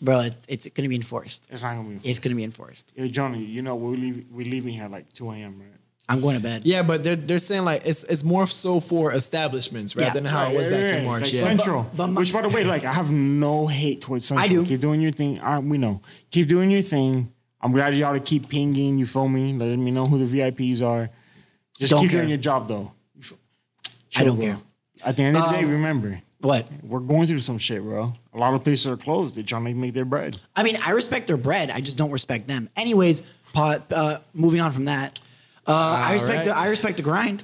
S2: bro it's, it's going to be enforced
S4: It's not gonna be.
S2: it's going to be enforced
S4: Hey Johnny, you know we're leaving. We're leaving here at like 2 a.m. Right?
S2: i'm going to bed
S1: Yeah, but they're they're saying like it's it's more so for establishments rather
S2: Yeah.
S1: than how it was
S4: Yeah,
S1: back
S4: yeah,
S1: in
S4: yeah.
S1: March.
S4: Like
S1: yeah.
S4: Central,
S2: But- but my-
S4: which by the way, like I have no hate towards Central.
S2: I do.
S4: Keep doing your thing. I, we know. Keep doing your thing. I'm glad y'all to keep pinging. You feel me? Letting me know who the VIPs are. Just
S2: Don't
S4: keep
S2: care.
S4: doing your job though. You feel-
S2: I don't
S4: Chill, bro.
S2: care. Um,
S4: At the end of the day, remember
S2: what
S4: we're going through some shit, bro. A lot of places are closed. They're trying to make their bread.
S2: i mean i respect their bread i just don't respect them anyways pot, uh, moving on from that uh, i respect
S1: right.
S2: the i respect the grind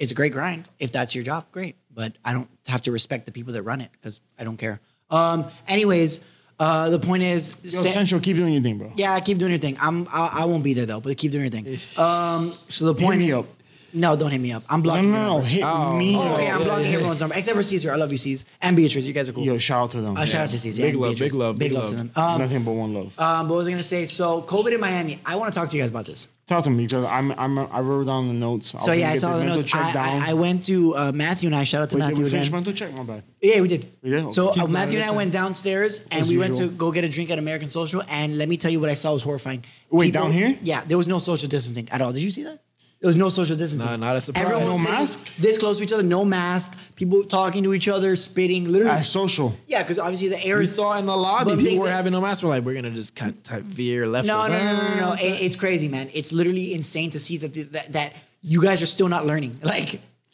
S2: it's a great grind if that's your job great but i don't have to respect the people that run it because i don't care um anyways uh the point is
S4: Yo,
S2: Sa-
S4: Central, keep doing your thing, bro.
S2: yeah keep doing your thing i'm I, I won't be there though but keep doing your thing um so the point
S4: Hit me up.
S2: no don't hit me up i'm
S4: No,
S2: blocking
S4: no,
S2: your
S4: no.
S2: number.
S4: Hit me
S2: Oh,
S4: up.
S2: okay, I'm blocking everyone's number except for Caesar. I love you, C's, and Beatrice. You guys are cool.
S4: Yo, shout out to them.
S2: Uh, Shout out to Caesar.
S1: Big
S2: and
S1: love,
S2: Beatrice.
S1: big love,
S2: big,
S1: big
S2: love, to
S1: love.
S2: them. Um,
S4: Nothing but one love.
S2: um, but what was I gonna say? So COVID in Miami. I want to talk to you guys about this.
S4: Talk to me because I'm, I'm I wrote down the notes.
S2: So yeah, I saw the notes. I, I, I went to uh, Matthew and I. Shout out to
S4: Wait, did
S2: Matthew
S4: we finish
S2: again.
S4: mental check? My bad.
S2: Yeah, we did.
S4: We did?
S2: So
S4: Okay.
S2: uh, Matthew and I went downstairs and
S4: As
S2: we went to
S4: usual.
S2: go get a drink at American Social. And let me tell you what I saw was horrifying.
S4: Wait, down here?
S2: Yeah, there was no social distancing at all. Did you see that? There was no social distancing.
S1: Not- not a surprise.
S2: Everyone
S1: No
S2: was sitting
S4: mask?
S2: This close to each other, no mask. People talking to each other, spitting. Literally,
S4: At social.
S2: yeah, because obviously the air
S1: We
S2: is
S1: saw in the
S2: But
S1: lobby
S2: I'm
S1: people
S2: saying
S1: were
S2: that-
S1: having no mask. We're like, we're gonna just kind of type veer left.
S2: No,
S1: or
S2: no, no, no, no, no.
S1: right.
S2: It- it's crazy, man. It's literally insane to see that, that that you guys are still not learning. <laughs> Like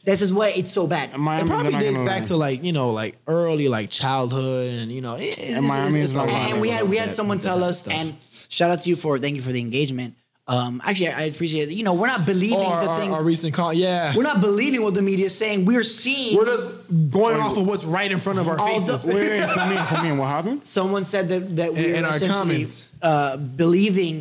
S2: this is why it's so bad.
S1: It
S4: Miami,
S1: probably dates back to like you know like early like childhood and you know. It, it's- it's-
S4: Miami
S1: it's
S4: is
S1: a
S4: not
S1: lot
S4: lying.
S2: and we had we had
S1: that-
S2: someone
S1: that
S2: tell us,
S1: stuff.
S2: and shout out to you for thank you for the engagement. Um, actually, I, I appreciate it. You know, we're not believing
S1: Or our,
S2: the
S1: our-
S2: things.
S1: our recent call, yeah.
S2: we're not believing what the media is saying. We're seeing.
S1: We're just going off of what's right in front of our
S2: All the-
S1: faces.
S4: Wait, wait, for me, for me, what happened?
S2: someone said that that we
S1: In-
S2: are
S1: in our
S2: essentially
S1: comments.
S2: uh, believing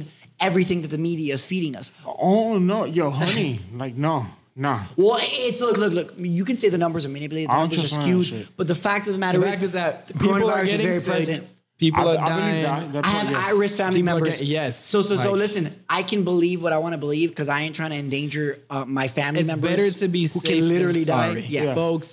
S2: everything that the media is feeding us.
S4: Oh no, yo, honey, like no, nah.
S2: Well, it's look, look, look. You can say the numbers are manipulated, the
S4: I don't
S2: numbers
S4: trust
S2: are
S4: none of that
S2: skewed,
S4: shit.
S2: but the fact of the matter
S1: The
S2: is,
S1: fact is that
S2: the
S1: people
S2: coronavirus
S1: are
S2: is
S1: getting
S2: very
S1: sick.
S2: present.
S1: People
S4: I,
S1: are
S4: I believe
S1: dying.
S4: that. that
S2: I
S4: part,
S2: have
S4: yeah.
S2: at-risk family
S1: People are
S2: members.
S1: getting- yes,
S2: So so so.
S1: like-
S2: Listen, I can believe what I want to believe because I ain't trying to endanger uh, my family
S1: It's
S2: members.
S1: better to be
S2: who
S1: safe
S2: can literally
S1: than sorry.
S2: die. Yeah.
S1: folks,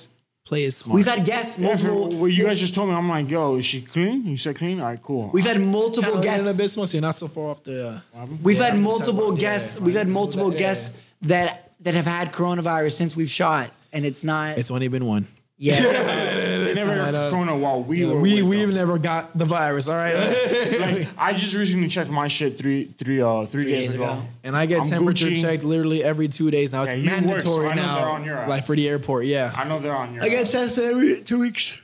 S1: play it smart.
S2: We've had guests
S4: Yeah, for-
S2: multiple.
S4: well, you guys just told me. I'm like, yo, is she clean? You said clean. All right, cool.
S2: We've had multiple
S1: Kinda lean
S2: guests.
S1: in a bit more, so you're not so far off the. Uh,
S2: We've
S1: Yeah,
S2: had
S1: I'm just talking
S2: multiple
S1: about- yeah,
S2: guests.
S1: yeah.
S2: we've had multiple
S1: Yeah.
S2: guests that that have had coronavirus since we've shot, and it's not.
S1: it's only been one. <laughs>
S2: yeah,
S4: never
S1: not a-
S4: corona while we were.
S1: We
S4: with
S1: we've
S4: them.
S1: never got the virus. All right. <laughs>
S4: like I just recently checked my shit three three uh three, days,
S2: days
S4: ago.
S2: ago.
S1: And I get
S4: I'm
S1: temperature
S4: Gucci.
S1: checked literally every two days now. It's
S4: Yeah, you work, so
S1: mandatory
S4: I know they're on your
S1: now,
S4: ass.
S1: like for the airport. Yeah.
S4: I know they're on your.
S2: I
S4: <laughs>
S2: got tested every two weeks.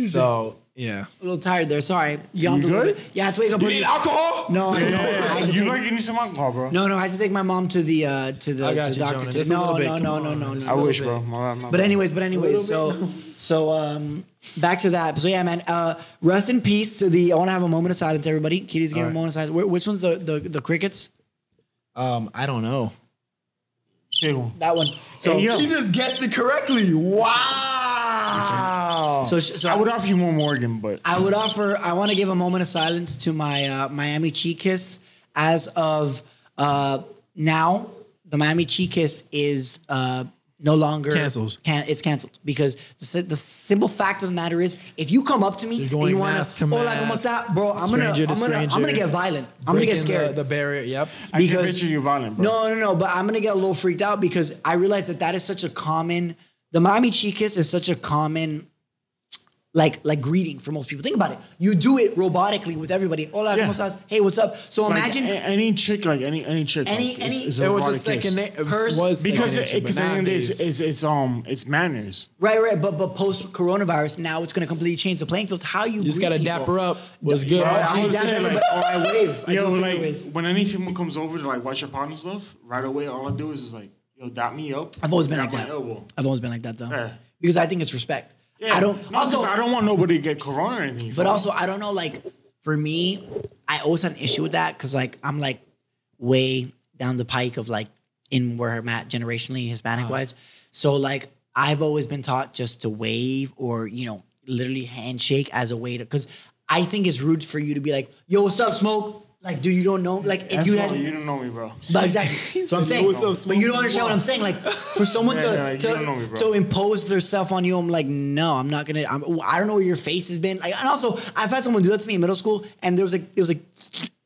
S1: So yeah.
S2: A little tired there. Sorry, yawned
S4: You
S2: a little
S4: good?
S2: bit. Yeah, it's wake up. early.
S1: alcohol?
S2: No, I know. I had
S3: <laughs>
S2: to
S4: You
S2: take-
S4: gonna give me some alcohol, bro?
S2: no, no. I had to take my mom to the uh, to the,
S1: I got
S2: to
S1: you,
S2: doctor.
S1: Jonah.
S2: today.
S1: Just a
S2: no,
S1: little bit.
S2: no,
S1: Come
S2: no,
S1: on,
S2: no, no,
S1: just
S4: I
S1: a
S2: no.
S1: little
S4: wish,
S1: bit.
S4: bro. My, bad, my
S2: But
S4: bad.
S2: anyways, but anyways, so so um back to that. So yeah, man. Uh, rest in peace to the. I want to have a moment of silence, everybody. Kitty's giving a moment of silence. Wh- Which one's the the, the crickets?
S1: Um, I don't know.
S4: Big one.
S2: That one. So
S4: And yo,
S3: just guessed it correctly.
S2: Ah,
S3: Wow.
S2: so so
S4: I would offer you one Morgan, but
S2: I would offer. I want to give a moment of silence to my uh, Miami Chicas. As of uh, now, the Miami Chicas is uh, no longer
S1: Canceled.
S2: Can, it's canceled because the, si- the simple fact of the matter is, if you come up to me and
S1: going
S2: you want
S1: mask to
S2: hola, como
S1: mask,
S2: está, bro, I'm gonna, I'm
S1: stranger to
S2: gonna, I'm gonna
S1: stranger,
S2: get violent. I'm gonna get
S1: Breaking
S2: scared.
S1: The, the barrier. Yep.
S4: I can
S2: because-
S4: picture you violent, bro.
S2: No, no, no. But I'm gonna get a little freaked out because I realize that that is such a common. The Miami chicas is such a common, like like greeting for most people. Think about it. You do it robotically with everybody. Hola,
S4: Yeah.
S2: ¿cómo estás? Hey, what's up? So
S4: Like, eh.
S2: imagine.
S4: a- any chick, like any any chick,
S2: Any-
S4: like, is-
S2: any-
S4: is
S2: It
S4: a
S1: It was
S4: robotic
S1: just second
S4: kiss.
S1: name.
S2: Hers-
S1: was second
S4: because it,
S1: nature, but
S4: because at the end of the day, it's,
S1: nowadays-
S4: it's it's um it's manners.
S2: Right, right, but but post coronavirus, now it's gonna completely change the playing field. How you,
S1: you just
S2: greet
S1: gotta
S2: people.
S1: dapper up. Was good.
S4: Bro,
S2: I
S4: I was
S2: dapper
S4: saying,
S2: up,
S4: like-
S2: or I wave. I
S4: Yo,
S2: do a finger
S4: like
S2: wave.
S4: when any someone comes over to like watch your partner stuff, right away all I do is just like yo dot me up.
S2: I've always been
S4: grab
S2: like that.
S4: my elbow.
S2: I've always been like that though,
S4: Yeah.
S2: because I think it's respect.
S4: Yeah.
S2: I don't.
S4: No, 'cause
S2: also,
S4: I don't want nobody to get corona or anything.
S2: But
S4: bro.
S2: also, I don't know. Like for me, I always had an issue with that because like I'm like way down the pike of like in where I'm at generationally, Hispanic wise. So like I've always been taught just to wave or you know literally handshake as a way to because I think it's rude for you to be like, "Yo, what's up, smoke?" Like, dude, you don't know. Like, if
S4: That's
S2: you
S4: why
S2: had,
S4: you don't know me, bro.
S2: but exactly. so I'm saying,
S3: "What's up,
S2: but
S3: Smoke?"
S2: you don't understand what I'm saying. Like for someone
S4: Yeah, yeah,
S2: to
S4: you don't know me,
S2: to,
S4: bro.
S2: to impose their self on you, I'm like, no, I'm not gonna. I'm, I don't know where your face has been. Like, and also, I've had someone do that to me in middle school, and there was like, it was like,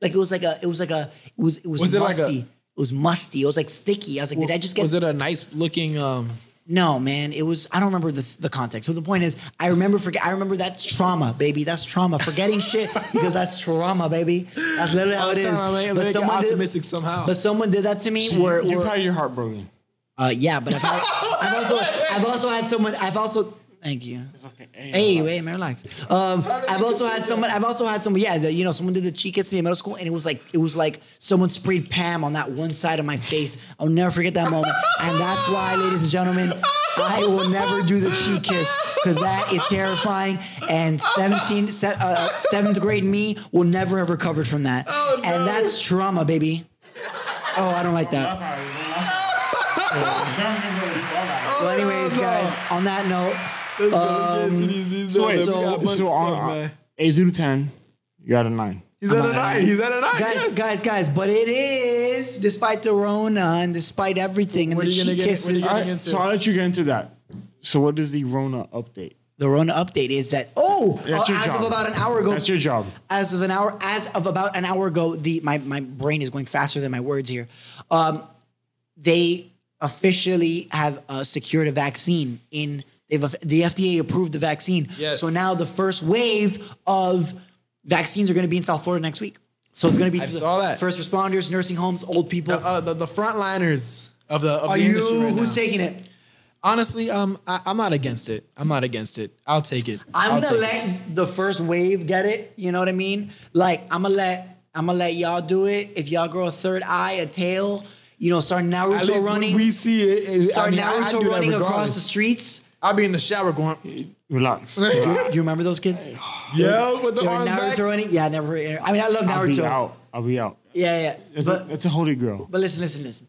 S2: like it was like a, it was like a, it was it was,
S1: Was it like
S2: musty.
S1: a-
S2: it was musty. It was like sticky. I was like, did I just get?
S1: Was it a nice looking? Um,
S2: No, man, it was. I don't remember this, the context, but the point is, I remember. Forget. I remember that's trauma, baby. That's trauma. Forgetting shit because that's trauma, baby. That's literally how it is.
S1: Somehow, man,
S2: But
S1: make it
S2: someone
S1: optimistic
S2: did.
S1: somehow.
S2: But someone did that to me. where, where-
S4: you, you've had your heart broken.
S2: uh, yeah, but I've, had, I've also I've also had someone. I've also thank you.
S4: Okay,
S2: Hey, wait, man, relax. Um, I've also had someone. I've also had someone. Yeah, the, you know, someone did the cheek kiss to me in middle school, and it was like it was like someone sprayed Pam on that one side of my face. I'll never forget that moment, and that's why, ladies and gentlemen, I will never do the cheek kiss because that is terrifying. And 17, se- uh, seventh grade me will never have recovered from that, and that's trauma, baby. Oh, I don't like that. So, anyways,
S1: Oh,
S2: guys, on that note, um,
S4: So wait,
S2: so-
S4: so, so on eight through ten, you got a nine.
S3: He's at a nine. He's at a nine.
S2: guys,
S3: yes.
S2: guys, guys, but it is, despite the Rona and despite everything and
S1: What
S2: the
S1: are you gonna
S2: cheek
S1: get- what are you
S2: kisses,
S1: gonna
S4: All
S1: Getting
S4: right,
S1: into
S4: so
S1: it.
S4: I'll let you get into that. So what is the Rona update?
S2: the Rona update is that, oh, uh,
S4: That's
S2: as
S4: your job.
S2: of about an hour ago,
S4: That's your job.
S2: as of an hour, as of about an hour ago, the my, my brain is going faster than my words here. Um, they officially have uh, secured a vaccine in they've the FDA approved the vaccine.
S1: Yes.
S2: So now the first wave of vaccines are going to be in South Florida next week. So it's going to be to the
S1: saw that.
S2: first responders, nursing homes, old people.
S1: uh, the the frontliners of the of
S2: are
S1: the
S2: you
S1: industry right
S2: who's
S1: now.
S2: taking it?
S1: Honestly, um, I, I'm not against it. I'm not against it. I'll take it.
S2: I'm
S1: I'll
S2: gonna
S1: take
S2: let
S1: it.
S2: the first wave get it. You know what I mean? Like I'm gonna let I'm gonna let y'all do it. If y'all grow a third eye, a tail, you know, start
S1: At
S2: Naruto
S1: least
S2: running,
S1: when we see it. it
S2: start
S1: I mean, I- I do
S2: Naruto
S1: that
S2: running across
S1: regardless.
S2: the streets.
S1: I'll be in the shower going.
S2: <laughs>
S4: Relax.
S2: Do you remember those kids?
S1: Yeah, with the
S2: They were
S1: arms
S2: Naruto
S1: back.
S2: running. Yeah, I never. I mean, I love
S4: I'll be
S2: Naruto.
S4: out. I'll be out.
S2: yeah, yeah.
S4: It's,
S2: But,
S4: a, it's a holy grail.
S2: but listen, listen, listen.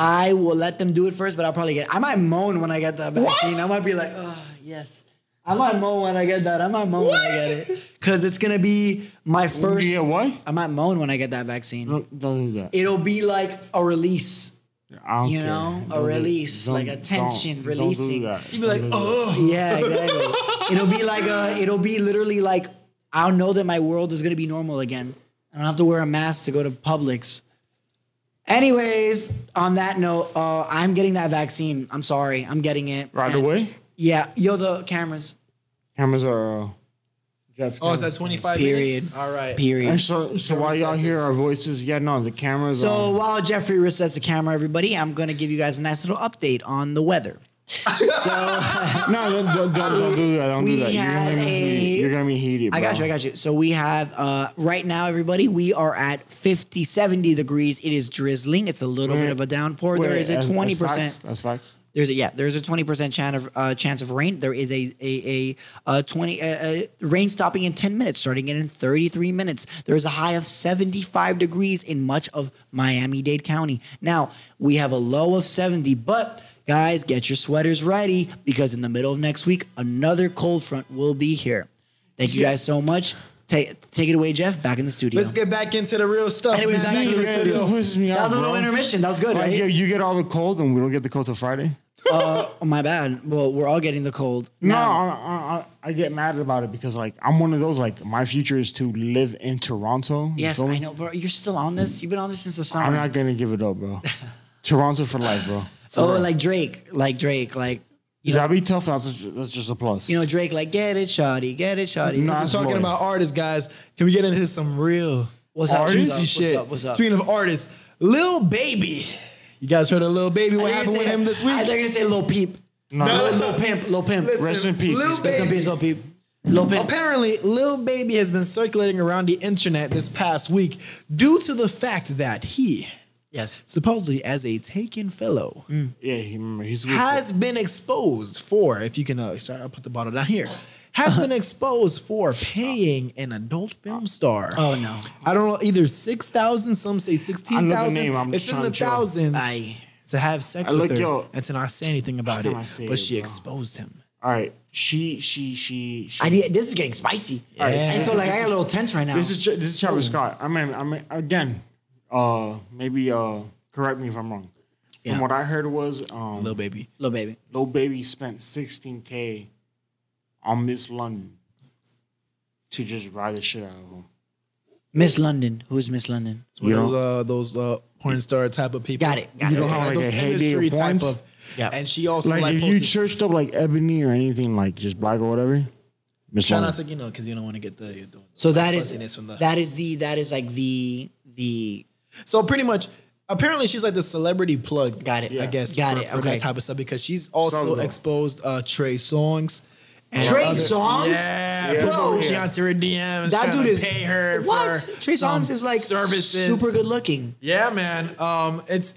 S2: I will let them do it first, but I'll probably get. I might moan when I get that vaccine. I might be like, oh yes. I might moan when I get that. I might moan when I get it, cause it's gonna be my first.
S4: Yeah, what?
S2: I might moan when I get that vaccine.
S4: Don't, don't do that.
S2: It'll be like a release.
S4: I don't
S2: you
S4: care.
S2: know, a
S4: Don't do-
S2: release,
S4: don't-
S2: like a tension
S4: don't,
S2: releasing.
S4: Don't do that.
S3: You'd be like, oh,
S2: Yeah, exactly. <laughs> it'll be like a. It'll be literally like I'll know that my world is gonna be normal again. I don't have to wear a mask to go to Publix. Anyways, on that note, uh, I'm getting that vaccine. I'm sorry, I'm getting it.
S4: Right away,
S2: Yeah, yo, the cameras.
S4: cameras are. Uh, Jeff
S3: oh, is that
S4: cameras.
S3: 25
S2: Period.
S3: minutes? All right.
S4: And
S2: Period.
S4: so, so while y'all hear our voices, yeah, no, the cameras.
S2: So
S4: are,
S2: while Jeffrey resets the camera, everybody, I'm gonna give you guys a nice little update on the weather.
S4: no, don't, don't, don't, don't do that. Don't
S2: We
S4: do that. You're gonna,
S2: had
S4: be heated.
S2: a-
S4: You're gonna be heated.
S2: I got
S4: bro.
S2: you. I got you. So we have uh, right now, everybody. We are at 50, 70 degrees. It is drizzling. It's a little bit
S4: Wait,
S2: of a downpour. there
S4: Wait,
S2: is a
S4: that's- that's
S2: twenty
S4: facts.
S2: percent.
S4: That's facts.
S2: There's a yeah. There's a twenty percent chance of uh, chance of rain. There is a a a, a twenty uh, uh, rain stopping in ten minutes, starting in thirty three minutes. There is a high of seventy five degrees in much of Miami Dade County. Now we have a low of seventy, but guys, get your sweaters ready because in the middle of next week, another cold front will be here. Thank you guys so much. Take take it away, Jeff. Back in the studio.
S1: Let's get back into the real stuff.
S2: Anyway,
S1: man.
S2: back to
S4: Yeah,
S2: the
S4: yeah,
S2: studio.
S4: that pisses me
S2: that
S4: off,
S2: was a little
S4: bro.
S2: intermission. That was good,
S4: Like,
S2: right?
S4: yo, you get all the cold, and we don't get the cold till Friday.
S2: Oh, my bad. Well, we're all getting the cold.
S4: No,
S2: Now-
S4: I, I, I- I get mad about it because like I'm one of those like my future is to live in Toronto. You
S2: Yes,
S4: feel me?
S2: I know, bro. You're still on this. You've been on this since the summer.
S4: I'm not gonna give it
S2: <laughs>
S4: up, bro. Toronto for life, bro. For
S2: oh,
S4: real.
S2: like Drake, like Drake, like you know,
S4: that'd be tough. That's just, that's just a plus.
S2: you know, Drake, like get it, shoddy, get it, shoddy.
S4: No.
S1: Since
S4: Nas
S1: we're talking
S4: Lawyer.
S1: about artists, guys, can we get into some real
S2: What's up?
S1: juicy
S2: What's up? What's
S1: shit?
S2: up? What's up?
S1: Speaking of artists, Lil Baby. You guys heard of Lil Baady? What
S2: I thought
S1: happened
S2: you were gonna
S1: with
S2: say-
S1: him this
S2: I
S1: week?
S2: thought you were gonna say Lil Peep,
S4: No,
S2: Lil, Lil Pimp, Lil Pimp.
S1: Listen,
S4: Rest in peace.
S1: Lil
S4: Rest in
S2: Rest in
S1: Baby.
S2: peace, Lil Peep. Lil Pimp.
S1: Apparently, Lil Baby has been circulating around the internet this past week due to the fact that he,
S2: Yes.
S1: supposedly as a taken fellow,
S4: yeah, he, remember, he's with
S1: has been exposed for, if you can, uh, sorry, I'll put the bottle down here, has
S4: <laughs>
S1: been exposed for paying an adult film star.
S2: Oh no.
S1: I don't know, either 6,000, some say
S4: name, I'm
S1: 16,000. It's in
S4: trying
S1: the
S4: to chill.
S1: thousands
S2: Aye.
S1: to have sex
S4: I
S1: with
S4: look,
S1: her
S4: yo,
S1: and to not say anything about
S4: can
S1: it.
S4: I say
S1: But
S4: it,
S1: she
S4: bro?
S1: exposed him.
S4: all right. She, she, she, she.
S2: I did, this is getting spicy.
S1: Yeah.
S2: And so like I got a little tense right now.
S4: This is this is Travis Scott. I mean, I mean, again, uh, maybe uh, correct me if I'm wrong. From what I heard was, um,
S1: Lil
S4: Lil,
S1: Baby.
S2: Lil Baby.
S4: Baby spent 16k on Miss London to just ride the shit out of him.
S2: Miss London. Who's Miss London?
S1: It's one
S4: You
S1: of
S4: know?
S1: those uh, those uh, porn star type of people.
S2: Got it, got it.
S1: know,
S4: Like
S1: those
S4: a heyday of
S1: industry type
S4: porns?
S1: of.
S2: Yeah.
S1: And she also
S4: Like,
S1: like,
S4: if you
S1: posted,
S4: churched up like Ebony or anything like just black or whatever, Miss
S1: try not
S4: London.
S1: to you know because you don't want to get the. the
S2: So that is
S1: fuzziness from the-
S2: that is the that is like the the
S1: So pretty much, apparently she's like the celebrity plug.
S2: Got it.
S1: I guess
S2: Got
S1: for,
S2: it,
S1: for
S2: okay.
S1: that type of stuff because she's also
S4: Solo.
S1: exposed uh, Trey Songs. And
S2: Trey
S1: other-
S2: Songz?
S1: yeah,
S4: Yeah.
S1: bro.
S4: Bro.
S1: She answered her DMs.
S2: that
S1: trying
S2: dude
S1: to
S2: is
S1: pay her.
S2: what
S1: for
S2: Trey
S1: some
S2: Songz is like
S1: services.
S2: super good looking.
S1: Yeah, man. Um, it's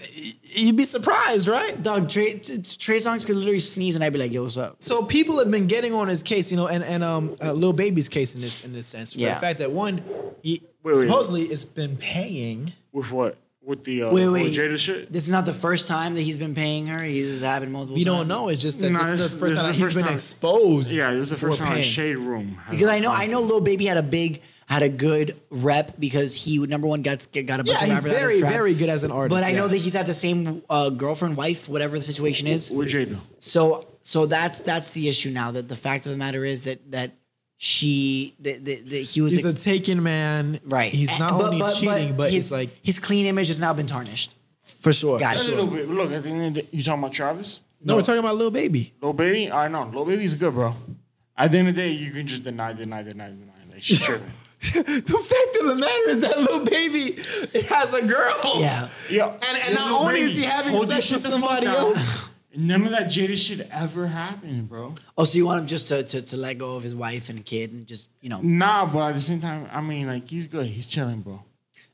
S1: you'd be surprised, right?
S2: Dog, Trey, t- t- Trey Songz could literally sneeze and I'd be like, yo, what's up?
S1: so people have been getting on his case, you know, and and um, uh, little baby's case in this in this sense for
S2: Yeah.
S1: the fact that one, he
S4: wait.
S1: supposedly it's been paying.
S4: With what? With the uh,
S2: Wait, wait.
S4: Jada shit.
S2: This is not the first time that he's been paying her. He's happened multiple
S1: We don't
S2: times.
S1: know. It's just that
S4: No,
S1: this is
S4: this-
S1: the first
S4: this
S1: time that
S4: is the
S1: he's
S4: first
S1: been
S4: time.
S1: exposed.
S4: Yeah, this is the
S1: for
S4: first time
S1: paying.
S4: Shade Room. has-
S2: Because I know, I know, Lil Baby had a big, had a good rep because he would number one got got a bunch
S1: Yeah,
S2: of
S1: he's
S2: rappers out of
S1: very
S2: trap.
S1: very good as an artist.
S2: But I know
S1: yeah.
S2: that he's had the same uh, girlfriend, wife, whatever the situation is.
S4: with Jada.
S2: So, so that's that's the issue now. That the fact of the matter is that that she that, that, that he was
S1: he's a
S2: ex-
S1: taken man.
S2: right.
S1: He's not
S2: And- but-
S1: only
S2: but-
S1: cheating, but,
S2: his,
S1: it's like
S2: his clean image has now been tarnished.
S1: for sure.
S2: Got
S4: A
S2: it.
S4: little bit. Look, at the end of the day, you talking about Travis?
S1: No, we're talking about little baby.
S4: Lil Baby? I know. Lil Baby's good, bro. At the end of the day, you can just deny, deny, deny, deny.
S2: <laughs>
S4: Like, she's tripping.
S1: <laughs> The fact of the matter is that little baby has a girl.
S2: Yeah.
S4: Yeah.
S1: And and not only is he having sex with somebody else.
S4: <laughs> None of that Jada shit ever happened, bro.
S2: Oh, so you want him just to, to, to let go of his wife and kid and just, you
S1: Mm.
S2: know.
S4: Nah, but at the same time, I mean, like, he's good. He's chilling, bro.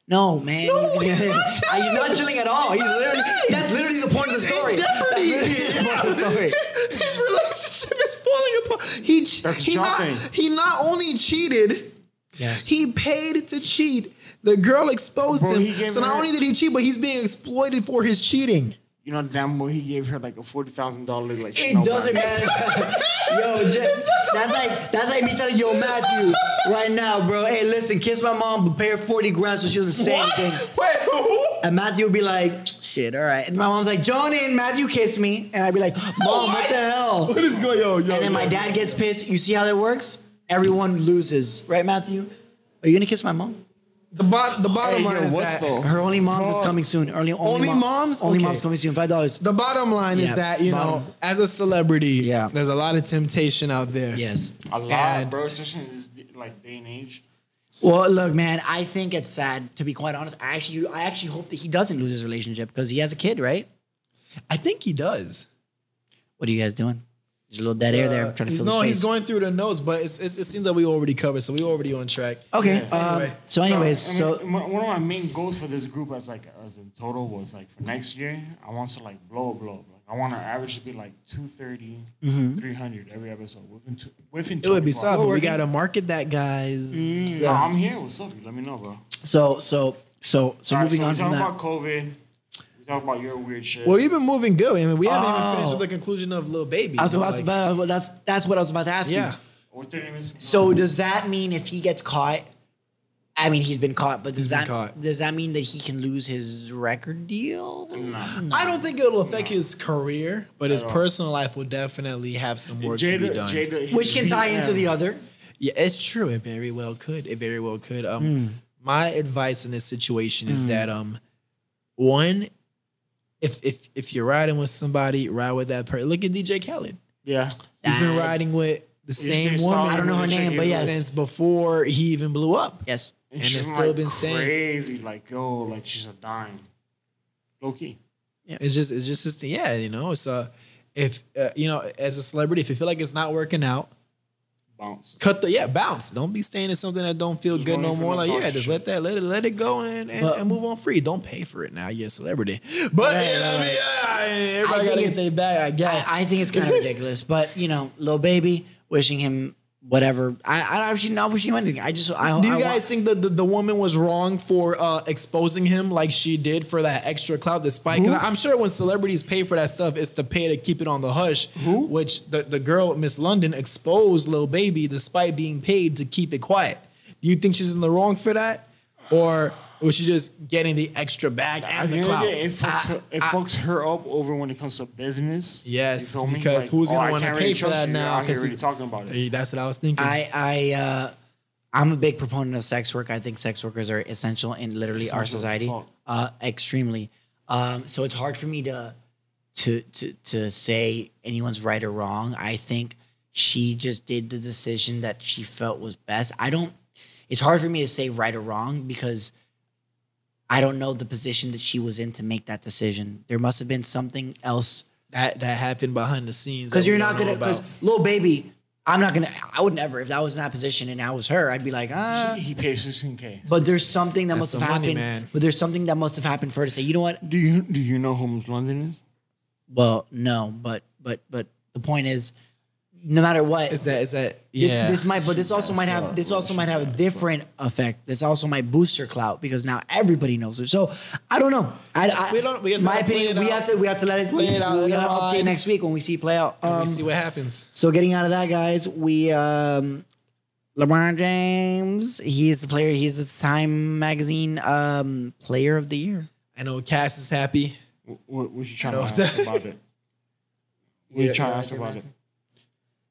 S2: No, man.
S1: No, he's
S2: <laughs>
S1: not chilling.
S2: He's not chilling at all. He's
S1: not
S2: literally,
S1: chilling.
S2: that's literally the point of the
S1: He's in
S2: story. <laughs>
S1: jeopardy.
S2: That's literally the point of
S1: <laughs>
S2: the story.
S1: His relationship is falling apart. He ch-
S4: That's
S1: he not,
S4: shocking.
S1: he not only cheated,
S2: Yes.
S1: He paid to cheat. The girl exposed
S4: Bro, he
S1: him.
S4: gave
S1: So not
S4: her-
S1: only did he cheat, but he's being exploited for his cheating.
S4: You know, damn well, he gave her like a forty thousand dollar like.
S2: It
S4: Chanel
S2: doesn't
S4: bag.
S2: matter.
S1: <laughs>
S2: yo, just, that's like that's like me telling yo Matthew right now, bro. Hey, listen, kiss my mom, but pay her forty grand so she doesn't say anything.
S1: Wait, who?
S2: And Matthew would be like, shit, all right. And my mom's like, Johnny and Matthew kiss me, and I'd be like, Mom, what,
S1: <laughs>
S2: the hell?
S1: What is going on? Yo,
S2: And then my
S1: yo.
S2: dad gets pissed. You see how that works? Everyone loses, right, Matthew? Are you gonna kiss my mom?
S1: The, bot- the bottom
S4: Hey, yo,
S1: line is
S4: what
S1: that.
S4: the-
S2: Her only moms is
S4: Bro.
S2: coming soon. Only, only,
S1: Oh. Only
S2: mom-
S1: moms?
S2: Only
S1: Okay.
S2: moms coming soon. Five dollars.
S1: The bottom line
S2: Yeah,
S1: is that you
S2: bottom.
S1: know, as a celebrity,
S2: Yeah.
S1: there's a lot of temptation out there.
S2: Yes.
S4: A lot,
S1: And-
S4: bro. Especially in this like day and age.
S2: Well, look, man, I think it's sad. To be quite honest, I actually, I actually hope that he doesn't lose his relationship because he has a kid, right?
S1: I think he does.
S2: What are you guys doing? There's a little dead air there. I'm
S1: Uh,
S2: trying to
S1: he's-
S2: fill the
S1: no,
S2: space.
S1: he's going through the notes, but it's, it's, it seems like we already covered, so we already on track.
S2: Okay.
S1: Yeah.
S2: um,
S1: Anyway,
S2: so, anyways,
S4: I mean,
S2: so
S4: one one of my main goals for this group as like as in total was like for next year, I want to like blow blow. Like I want our average to be like 230, 300 every episode within two, within.
S1: Mm-hmm. It would be
S4: 24
S1: sad, but we
S4: hours.
S1: gotta market that, guys.
S2: Mm.
S4: No, I'm here. What's up? Let me know, bro.
S2: so so so so
S4: All right,
S2: moving
S4: so
S2: on
S4: we
S2: from
S4: talk
S2: that.
S4: about COVID. We talk about your weird shit.
S1: Well, we've been moving good. I mean, we haven't
S2: Oh.
S1: even finished with the conclusion of Lil Baby.
S2: I was
S1: so,
S2: about to,
S1: like,
S2: but- but that's that's what I was about to ask
S1: yeah.
S2: you.
S4: We're 30 minutes.
S2: So does that mean if he gets caught? I mean, he's been caught, but does
S1: been
S2: that
S1: caught.
S2: does that mean that he can lose his record deal?
S1: I don't think it'll affect his career, but his
S4: At all.
S1: personal life will definitely have some work to be
S4: Jada,
S1: done.
S4: Jada,
S2: Which can tie into the other.
S1: Yeah, it's true. It very well could. It very well could. Um, my advice in this situation is that um, one, if if if you're riding with somebody, ride with that person. Look at DJ Khaled.
S4: Yeah.
S1: He's been
S2: That-
S1: riding with the same
S4: She
S1: woman.
S4: saw
S2: I don't know her
S4: when she
S2: name, but
S4: gave
S2: yes.
S4: us-
S1: since before he even blew up.
S2: Yes.
S4: And
S1: it's
S4: she's
S1: still
S4: like
S1: been staying.
S4: crazy, like yo, like she's a dime. Low key.
S1: It's just it's just it's, yeah, you know. It's uh, if uh, you know, as a celebrity, if you feel like it's not working out,
S4: Bounce.
S1: cut the yeah bounce. Don't be staying in something that don't feel
S4: Just
S1: good
S4: going
S1: no
S4: for
S1: more.
S4: no
S1: like
S4: talk
S1: yeah, just
S4: shit.
S1: let that let it let it go and and,
S2: But-
S1: and move on free. Don't pay for it now. You're a celebrity, but
S2: Right,
S1: you know what I mean? Yeah,
S2: I
S1: everybody
S2: think
S1: gotta
S2: it's-
S1: get their bag. I guess.
S2: I, I think it's kind of ridiculous, but you know, little baby, wishing him whatever. I, I actually not wishing him anything. I just I
S1: do you
S2: I
S1: guys think that the, the woman was wrong for uh, exposing him like she did for that extra clout despite? Because I'm sure when celebrities pay for that stuff, it's to pay to keep it on the hush. Which the, the girl, Miss London, exposed Lil Baby despite being paid to keep it quiet. Do you think she's in the wrong for that? Or was she just getting the extra bag
S4: At
S1: and
S4: the
S1: the
S4: end of
S1: clout?
S4: the day, it fucks, her, it fucks her up over when it comes to business.
S1: Yes,
S4: You feel me? oh,
S1: because who's gonna
S4: I
S1: wanna
S4: can't
S1: pay for
S4: trust
S1: that
S4: you.
S1: now?
S4: You're out here
S1: 'Cause
S4: already
S1: it's-
S4: talking about it.
S1: Hey, That's what I was thinking.
S2: I I uh, I'm a big proponent of sex work. I think sex workers are essential in literally our
S4: Essential as
S2: society,
S4: fuck.
S2: uh, extremely. Um, so it's hard for me to to to to say anyone's right or wrong. I think she just did the decision that she felt was best. I don't. It's hard for me to say right or wrong because I don't know the position that she was in to make that decision. There must have been something else
S1: that that happened behind the scenes.
S2: because
S1: that we
S2: you're
S1: don't
S2: not
S1: know
S2: gonna.
S1: about.
S2: Because little baby, I'm not gonna. I would never. If that was in that position and I was her, I'd be like, ah.
S4: He paid 16k.
S2: But there's something that
S1: That's
S2: must have
S1: some money,
S2: happened.
S1: man.
S2: But there's something that must have happened for her to say, you know what?
S4: Do you do you know who Miss London is?
S2: Well, no, but but but the point is, no matter what,
S1: is that is that
S2: this,
S1: yeah?
S2: this might. But this also might have. This also might have a different effect. This also might boost her clout because now everybody knows her. So I don't know. I, I
S1: We don't- we have to
S2: my
S1: play
S2: opinion.
S1: it
S2: We
S1: out.
S2: have to. We have to let it.
S1: Play it out,
S2: We
S1: let it
S2: gotta update
S1: ride.
S2: next week when we see play out.
S1: we
S2: Um,
S1: see what happens.
S2: So getting out of that, guys, we um LeBron James, he is the player, he's the Time magazine um player of the year.
S1: I know Cass is happy.
S4: What was you trying
S1: know
S4: to
S1: what
S4: ask
S1: that-
S4: about it? What you trying to ask about it?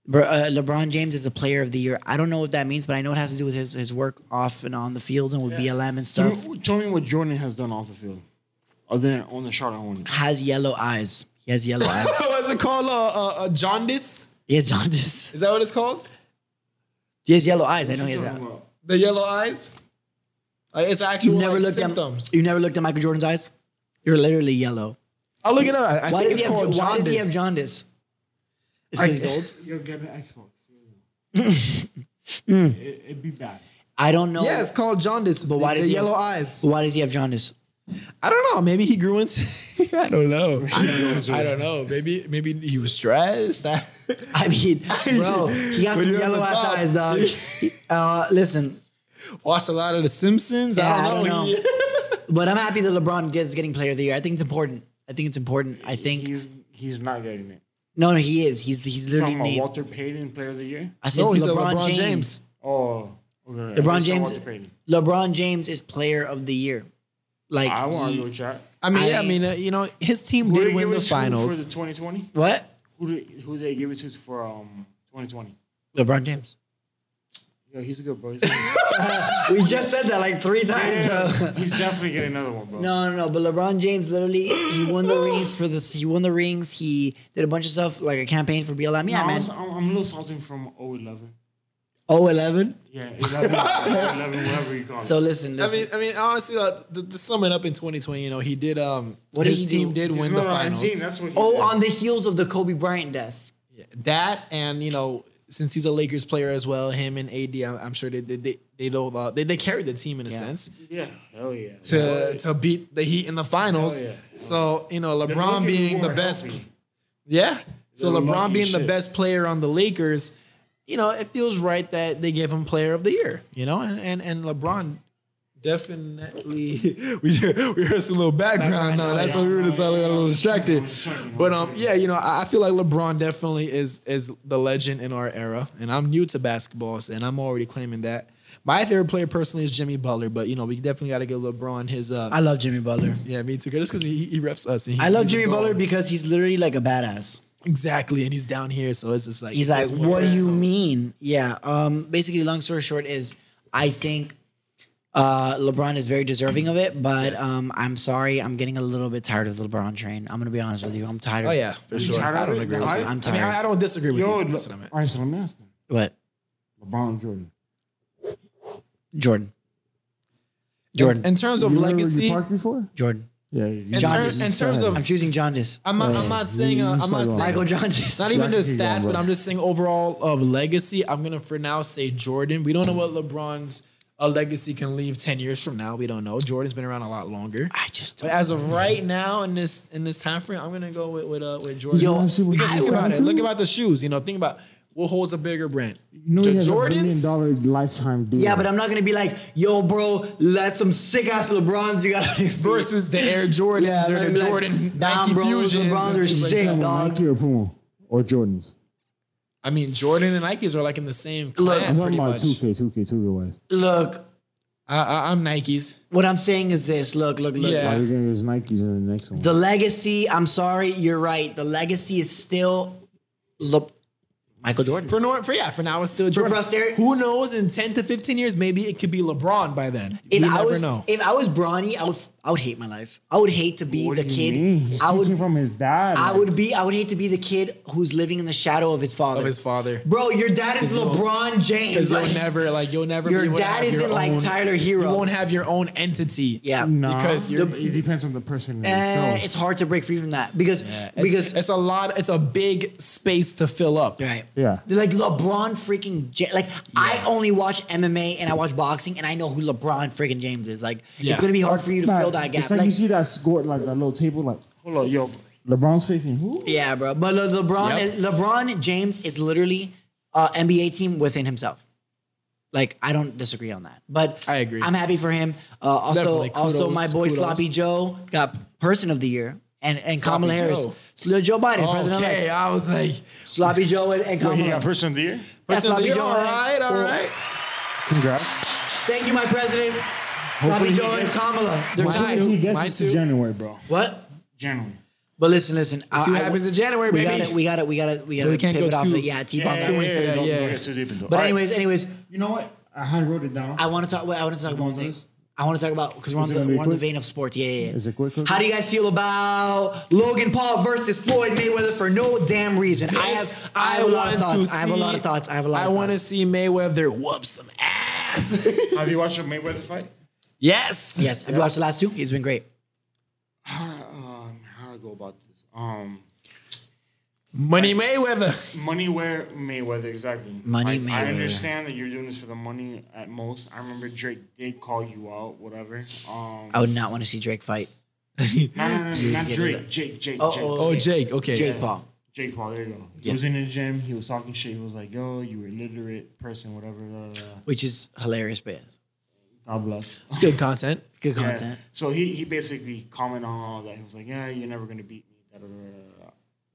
S2: Bro, uh, LeBron James is the player of the year. I don't know what that means, but I know it has to do with his, his work off and on the field and with BLM and
S4: Tell
S2: stuff.
S4: me, tell me what Jordan has done off the field, other than on the Charlotte Hornets.
S2: Has yellow eyes. He has yellow eyes.
S1: <laughs> What's it called? Uh, uh, uh, jaundice?
S2: He has jaundice.
S1: Is that what it's called?
S2: He has yellow eyes. I know he has.
S4: Talking
S2: That.
S4: about-
S1: The yellow eyes? Like, it's actually
S2: You never
S1: like,
S2: looked
S1: symptoms.
S2: at you never looked at Michael Jordan's eyes. You're literally yellow.
S1: I'll look it up. I, I
S2: Why
S1: think
S2: does
S1: it's
S2: he have?
S1: called jaundice.
S2: Why does he have jaundice? It's because he's
S1: I-
S2: old.
S4: Yo, get an Xbox. <laughs> it, it'd be bad.
S2: I don't
S1: <laughs>
S2: know.
S1: Yeah, it's called jaundice. But
S2: why
S1: why the,
S2: does
S1: the
S2: he have-
S1: yellow eyes?
S2: Why does he have jaundice?
S1: I don't know. Maybe he grew into. <laughs> I don't know. <laughs> I don't know. Maybe maybe he was stressed. <laughs> I-
S2: <laughs> I mean, bro, he got
S1: When
S2: some
S1: you're on
S2: yellow
S1: the
S2: ass
S1: top.
S2: eyes, dog. <laughs> uh, listen,
S1: watched a lot of The Simpsons.
S2: Yeah,
S1: I don't know.
S2: but I'm happy that LeBron gets getting player of the year. I think it's important. I think it's important. I think
S4: he's he's not getting it.
S2: no, no, he is. He's he's literally
S4: Talking about
S2: named.
S4: Walter Payton, Player of the Year.
S2: I
S1: <laughs>
S2: said
S1: no, he's
S2: LeBron,
S1: LeBron, LeBron James.
S2: James.
S4: Oh, okay. I
S2: LeBron
S4: said
S2: James.
S4: Walter Payton.
S2: LeBron James is player of the year. Like
S4: I want
S2: he-
S4: to go chat.
S1: I mean, yeah, I
S2: I-
S1: mean, uh, you know, his team
S4: Who
S1: did
S4: they
S1: win
S4: give
S1: the
S4: it to
S1: finals.
S4: for the 2020.
S2: what?
S4: Who did who they give it to for um 2020?
S2: LeBron James.
S4: Yo, he's a good <laughs> bro. He's, a good-
S2: We just said that like three times, bro.
S4: he's definitely getting another one, bro.
S2: No, no, no. But LeBron James literally he won the rings for this. He won the rings. He did a bunch of stuff like a campaign for BLM. Yeah,
S4: No,
S2: man.
S4: I'm, I'm, I'm a little salty from 011.
S2: Oh, 11.
S4: Yeah, <laughs> 11, 11, whatever you call it.
S2: So listen,
S1: I
S2: listen.
S1: mean, I mean, honestly, uh, to, to sum it up in 2020, you know, he did. Um,
S2: What did
S1: his
S2: he
S1: team
S2: do?
S1: did
S4: He's
S1: win the
S4: not on
S1: finals.
S4: team, that's what he
S2: oh,
S4: did.
S2: on the heels of the Kobe Bryant death.
S1: that and you know, since he's a Lakers player as well, him and AD, I'm, I'm sure they they they they, don't, uh, they they carried the team in a sense
S4: yeah, hell yeah.
S1: to to beat the Heat in the finals.
S4: Hell yeah.
S1: So you know,
S4: They're
S1: LeBron
S4: looking
S1: being the
S4: more
S1: best.
S4: healthy.
S1: Yeah. So
S4: They're
S1: LeBron
S4: lucky
S1: being
S4: as
S1: the
S4: shit.
S1: best player on the Lakers, you know, it feels right that they give him player of the year, you know, and and, and LeBron definitely <laughs> we we heard some little background now. That's why we were just all a little distracted. But um yeah, you know, I I feel like LeBron definitely is is the legend in our era. And I'm new to basketball and I'm already claiming that. My favorite player personally is Jimmy Butler, but you know, we definitely gotta give LeBron his uh
S2: I love Jimmy Butler.
S1: yeah, me too. Just because he, he reps us. and he-
S2: I love
S1: he's a
S2: Jimmy
S1: dog.
S2: Butler because he's literally like a badass.
S1: Exactly, and he's down here, so it's just like
S2: He's like, what do you mean? Yeah. Um. Basically, long story short is, I think uh, LeBron is very deserving of it, but um, I'm sorry, I'm getting a little bit tired of the LeBron train. I'm gonna be honest with you. I'm tired.
S1: Oh
S2: of
S1: yeah, for
S4: You
S1: sure.
S4: tired
S1: I
S4: of
S1: don't
S4: it?
S1: agree.
S4: You're
S1: With you.
S4: tired?
S1: I
S2: I'm
S1: mean, I, I
S2: tired.
S1: don't disagree with
S4: Yo,
S1: you. That's what I meant.
S4: all right, so let me ask them.
S2: What?
S4: LeBron Jordan.
S2: Jordan. Jordan.
S1: In terms of
S4: You remember
S1: legacy,
S4: you parked before?
S2: Jordan.
S4: Yeah. you-
S1: in,
S2: John
S1: ter-
S2: is-
S1: in terms of,
S2: I'm choosing Jaundice.
S1: I'm not, I'm not saying, uh, I'm not saying,
S2: Michael Jaundice.
S1: not even the
S4: Keep going,
S1: stats,
S4: bro.
S1: but I'm just saying overall of legacy. I'm gonna for now say Jordan. We don't know what LeBron's uh, legacy can leave ten years from now. We don't know. Jordan's been around a lot longer.
S2: I just
S1: But
S2: don't.
S1: as of right now, in this in this time frame, I'm gonna go with with, uh, with Jordan.
S2: Yo,
S1: because think
S2: I
S1: about
S2: would-
S1: it. Look about the shoes. You know, think about what holds a bigger brand.
S4: You know
S1: the
S4: he has a billion
S1: Jordans.
S4: dollar lifetime deal.
S2: Yeah, but I'm not gonna be like, yo, bro, let some sick ass LeBrons you got on your feet.
S1: Versus the Air Jordans
S2: Yeah,
S1: or
S2: I'm
S1: the
S2: like,
S1: Jordan
S2: nah,
S1: Nike
S2: bro, those
S1: Fusions.
S2: LeBrons
S1: and
S2: are
S1: things like
S2: sick.
S1: that.
S4: Someone
S2: dog.
S4: Nike or Puma or Jordans.
S1: I mean, Jordan and Nikes are like in the same class,
S4: I'm
S1: pretty
S4: talking about
S1: much.
S4: two K, two K, two K wise.
S2: Look,
S1: I, I, I'm Nikes.
S2: what I'm saying is this. Look, look, look.
S1: Yeah.
S4: All you're getting is Nikes in the next one.
S2: The legacy, I'm sorry, you're right. The legacy is still Le- Michael Jordan.
S1: For, no, for yeah, for now it's still Jordan.
S2: posterity-
S1: Who knows? In ten to fifteen years, maybe it could be LeBron by then.
S2: if
S1: we
S2: I
S1: never
S2: was
S1: know.
S2: if I was Bronny, I would I would hate my life. I would hate to be
S4: What
S2: the
S4: do you
S2: kid.
S4: mean? He's
S2: I would
S4: teaching from his dad.
S2: I
S4: like,
S2: would be I would hate to be the kid who's living in the shadow of his father.
S1: Of his father,
S2: Bro, your dad is LeBron James.
S1: because you'll
S2: Like,
S1: never like you'll never.
S2: your
S1: be able to have
S2: dad isn't
S1: your
S2: like
S1: own-
S2: Tyler Hero.
S1: You won't have your own entity.
S2: yeah.
S4: Nah,
S1: because you're-
S4: it depends on the person.
S2: Eh,
S4: themselves.
S2: it's hard to break free from that because because
S1: it's a lot. It's a big space to fill up.
S2: Right.
S4: Yeah.
S2: They're like LeBron freaking James. Like I only watch MMA and I watch boxing and I know who LeBron freaking James is. Like
S1: Yeah.
S2: it's gonna be hard for you to
S4: Nah,
S2: fill that gap.
S4: It's like, you
S2: Like,
S4: see that score, like that little table, like hold on, yo, LeBron's facing who?
S2: yeah, bro. But Le- LeBron,
S1: Yep.
S2: is, LeBron James is literally a NBA team within himself. Like I don't disagree on that. But
S1: I agree.
S2: I'm happy for him. Uh, also,
S1: Definitely.
S2: also
S1: Kudos,
S2: my boy
S1: kudos.
S2: Sloppy Joe got Person of the Year and and
S1: Sloppy
S2: Kamala Harris.
S1: Joe.
S2: Slow Joe Biden, President
S1: Okay,
S2: elect.
S1: I was like,
S2: Sloppy Joe and, and Kamala.
S4: He got person of the year.
S2: Yeah,
S1: so
S2: Sloppy
S1: you're
S2: Joe.
S1: all right, all
S2: Well,
S1: right.
S4: Congrats.
S2: Thank you, my president. Sloppy
S4: Hopefully he
S2: Joe and
S4: gets-
S2: Kamala. They're
S1: Mine
S2: tied.
S1: too.
S4: He gets
S1: Mine
S4: us
S1: too.
S4: to January, bro.
S2: What?
S4: January.
S2: But listen, listen. See
S1: what happens in January,
S2: we
S1: baby.
S2: Got it, we got it. We got it. We got it.
S1: we can't go
S2: pivot off
S1: too-
S2: it. Yeah, T-Bomb.
S4: Yeah,
S1: two
S4: yeah,
S1: weeks
S4: yeah,
S1: ago,
S4: don't-
S1: yeah.
S4: don't get too deep into it.
S2: But
S4: All right.
S2: anyways, anyways,
S4: you know what? I had wrote it down.
S2: I want to talk. wait, I want to talk about
S4: want
S2: one thing.
S4: this?
S2: I want to talk about because we're on
S4: Is it
S2: the
S4: gonna be
S2: we're on the
S4: quick?
S2: vein of sport. Yeah, yeah. yeah.
S4: Is it quick, quick?
S2: How do you guys feel about Logan Paul versus Floyd Mayweather for no damn reason? I have I have a lot
S1: want
S2: of
S1: to
S2: thoughts. I have a lot
S1: see-
S2: of thoughts. I have a lot.
S1: I
S2: of
S1: want to
S2: thoughts.
S1: see Mayweather whoop some ass. <laughs>
S4: Have you watched the Mayweather fight?
S1: yes.
S2: Yes, have you watched the last two? It's been great.
S4: Um, how do I go about this? Um,
S1: Money Mayweather.
S4: money where Mayweather exactly.
S2: Money
S4: Like, I
S2: Mayweather.
S4: understand that you're doing this for the money at most. I remember Drake did call you out, whatever. Um,
S2: I would not want to see Drake fight.
S4: no, no, no, no, not
S2: Uh-huh. get
S4: Drake. Jake, Jake,
S2: Oh,
S4: Jake.
S2: oh,
S1: Oh, Jake. Okay.
S2: Jake Paul.
S4: Jake Paul, there you go. He was in the gym. He was talking shit. He was like, "Yo, you were illiterate person, whatever." Blah, blah, blah.
S2: which is hilarious, but yes.
S4: God bless.
S1: It's good content.
S2: Good
S4: Yeah.
S2: content.
S4: So he he basically commented on all that. He was like, "Yeah, you're never gonna beat me." Da, da, da, da, da, da.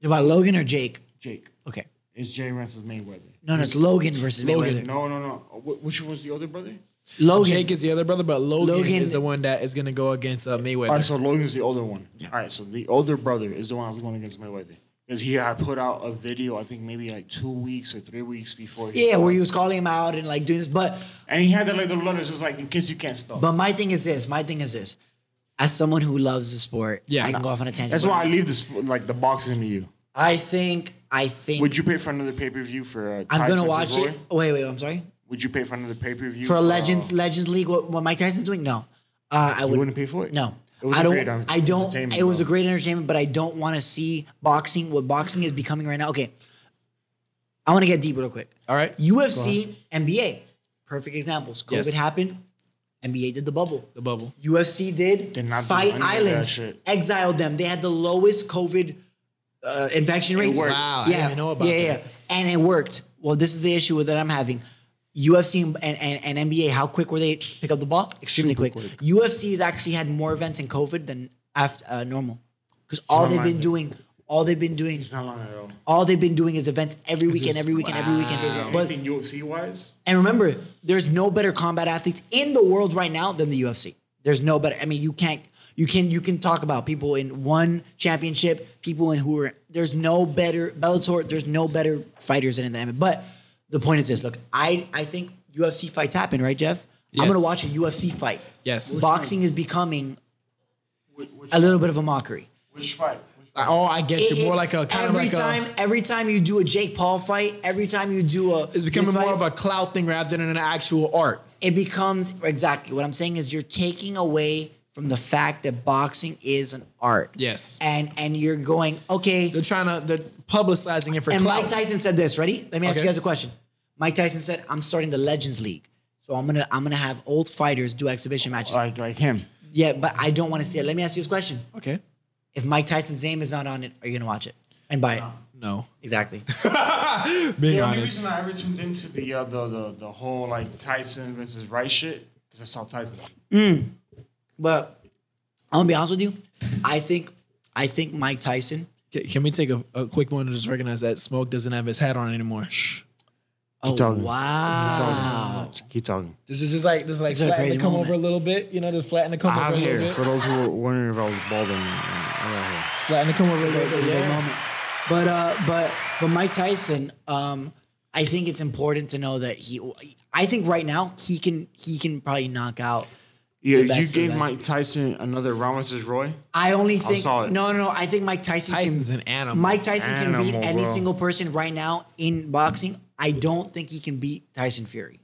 S2: About Logan or Jake?
S4: Jake,
S2: Okay.
S4: it's Jay Ransom Mayweather.
S2: No, no, it's Logan versus Mayweather.
S4: No, no, no. Wh- Which one was the other brother?
S2: Logan.
S1: Jake is the other brother, but Logan,
S2: Logan-
S1: is the one that is gonna go against uh,
S4: All
S1: Mayweather.
S4: right, so Logan's the older one. All right, so the older brother is the one I was going against Mayweather because he had put out a video. I think maybe like two weeks or three weeks before. He
S2: Yeah, where he was calling him out and like doing this. But
S4: and he had the like the letters was like in case you can't spell.
S2: but my thing is this. My thing is this. As someone who loves the sport,
S1: Yeah.
S2: I can go off on a tangent.
S4: That's
S2: but
S4: why I leave this like the boxing to you.
S2: I think I think
S4: Would you pay for another pay per view for? Uh,
S2: I'm
S4: Tyson
S2: gonna
S4: versus
S2: watch it. Oh, Wait,
S4: Roy?
S2: wait, I'm sorry.
S4: Would you pay for uh, another pay per view
S2: For a Legends Legends League, what, what Mike Tyson's doing? No, uh, I
S4: you
S2: wouldn't.
S4: wouldn't pay for it.
S2: No.
S4: It was
S2: I
S4: a
S2: don't.
S4: great en-
S2: I don't.
S4: entertainment,
S2: It was
S4: though.
S2: a great entertainment, but I don't want to see boxing. What boxing is becoming right now. Okay, I want to get deep real quick.
S1: All right.
S2: UFC, NBA, perfect examples. COVID
S1: Yes.
S2: happened. NBA did the bubble.
S1: the bubble.
S2: UFC did,
S4: Did not do
S2: Fight
S4: any of that
S2: Island
S4: shit.
S2: exiled them. They had the lowest COVID uh, infection rates.
S4: worked.
S1: Wow, I didn't even know about
S2: yeah,
S1: that.
S2: yeah, and it worked. Well, this is the issue with that I'm having. UFC and, and, and NBA, how quick were they to pick up the ball? Extremely quick. UFC has actually had more events in COVID than after uh, normal, because all
S4: not
S2: they've been
S4: mine.
S2: doing, all they've been doing,
S4: Not long at all.
S2: all they've been doing is events every weekend,
S1: just-
S2: every weekend, every weekend. But
S4: Anything UFC wise,
S2: and remember, there's no better combat athletes in the world right now than the UFC. There's no better. I mean, you can't. You can you can talk about people in one championship, people in who are there's no better Bellator, there's no better fighters than in the MMA. But the point is this: look, I I think UFC fights happen, right, Jeff? I'm
S1: Yes.
S2: gonna watch a UFC fight.
S1: Yes.
S2: boxing is becoming
S4: which, which,
S2: a little bit of a mockery.
S4: which fight? Which fight?
S1: Oh, I get
S2: It-
S1: you. More
S2: it-
S1: like a kind of
S2: every
S1: like
S2: time
S1: a.
S2: every time you do a Jake Paul fight, every time you do a
S1: It's becoming more of a clout thing rather than an actual art.
S2: it becomes exactly what I'm saying is you're taking away from the fact that boxing is an art.
S1: Yes.
S2: And and you're going, okay.
S1: They're trying to. They're publicizing it for
S2: And
S1: clout.
S2: Mike Tyson said this, ready? Let me ask
S1: Okay.
S2: you guys a question. Mike Tyson said, I'm starting the Legends League. So I'm gonna I'm gonna have old fighters do exhibition matches.
S4: Like like him.
S2: Yeah, but I don't wanna see it. Let me ask you this question.
S1: okay.
S2: If Mike Tyson's name is not on it, are you gonna watch it? And buy it.
S1: No.
S2: Exactly. <laughs>
S1: Being
S4: The only
S1: honest.
S4: reason I ever tuned into the uh, the, the the whole like Tyson versus Rice shit because I saw Tyson.
S2: but I'm gonna be honest with you. I think I think Mike Tyson
S1: Can, can we take a, a quick moment to just recognize that Smoke doesn't have his hat on anymore? Shh.
S2: Oh
S4: talking.
S2: wow.
S4: Keep talking.
S1: This is just like just like
S2: This is a
S1: flatten the
S2: crazy
S1: come
S2: moment.
S1: over a little bit. You know, just flatten the come
S4: I
S1: over
S4: have
S1: a little
S4: hair.
S1: bit.
S4: For those who were wondering if I was uh, bald or not, I got hair.
S1: Flatten the come over a little
S2: It was
S1: bit.
S2: a big
S1: Yeah.
S2: moment. But uh, but but Mike Tyson, um, I think it's important to know that he. I think right now he can he can probably knock out.
S4: Yeah,
S2: The
S4: you
S2: best
S4: gave
S2: of us.
S4: Mike Tyson another round versus Roy.
S2: I only think
S4: saw
S2: no no
S4: it.
S2: no. I think Mike Tyson.
S1: Tyson's
S2: can,
S1: an animal.
S2: Mike Tyson can
S4: Animal,
S2: beat any
S4: bro.
S2: single person right now in boxing. I don't think he can beat Tyson Fury.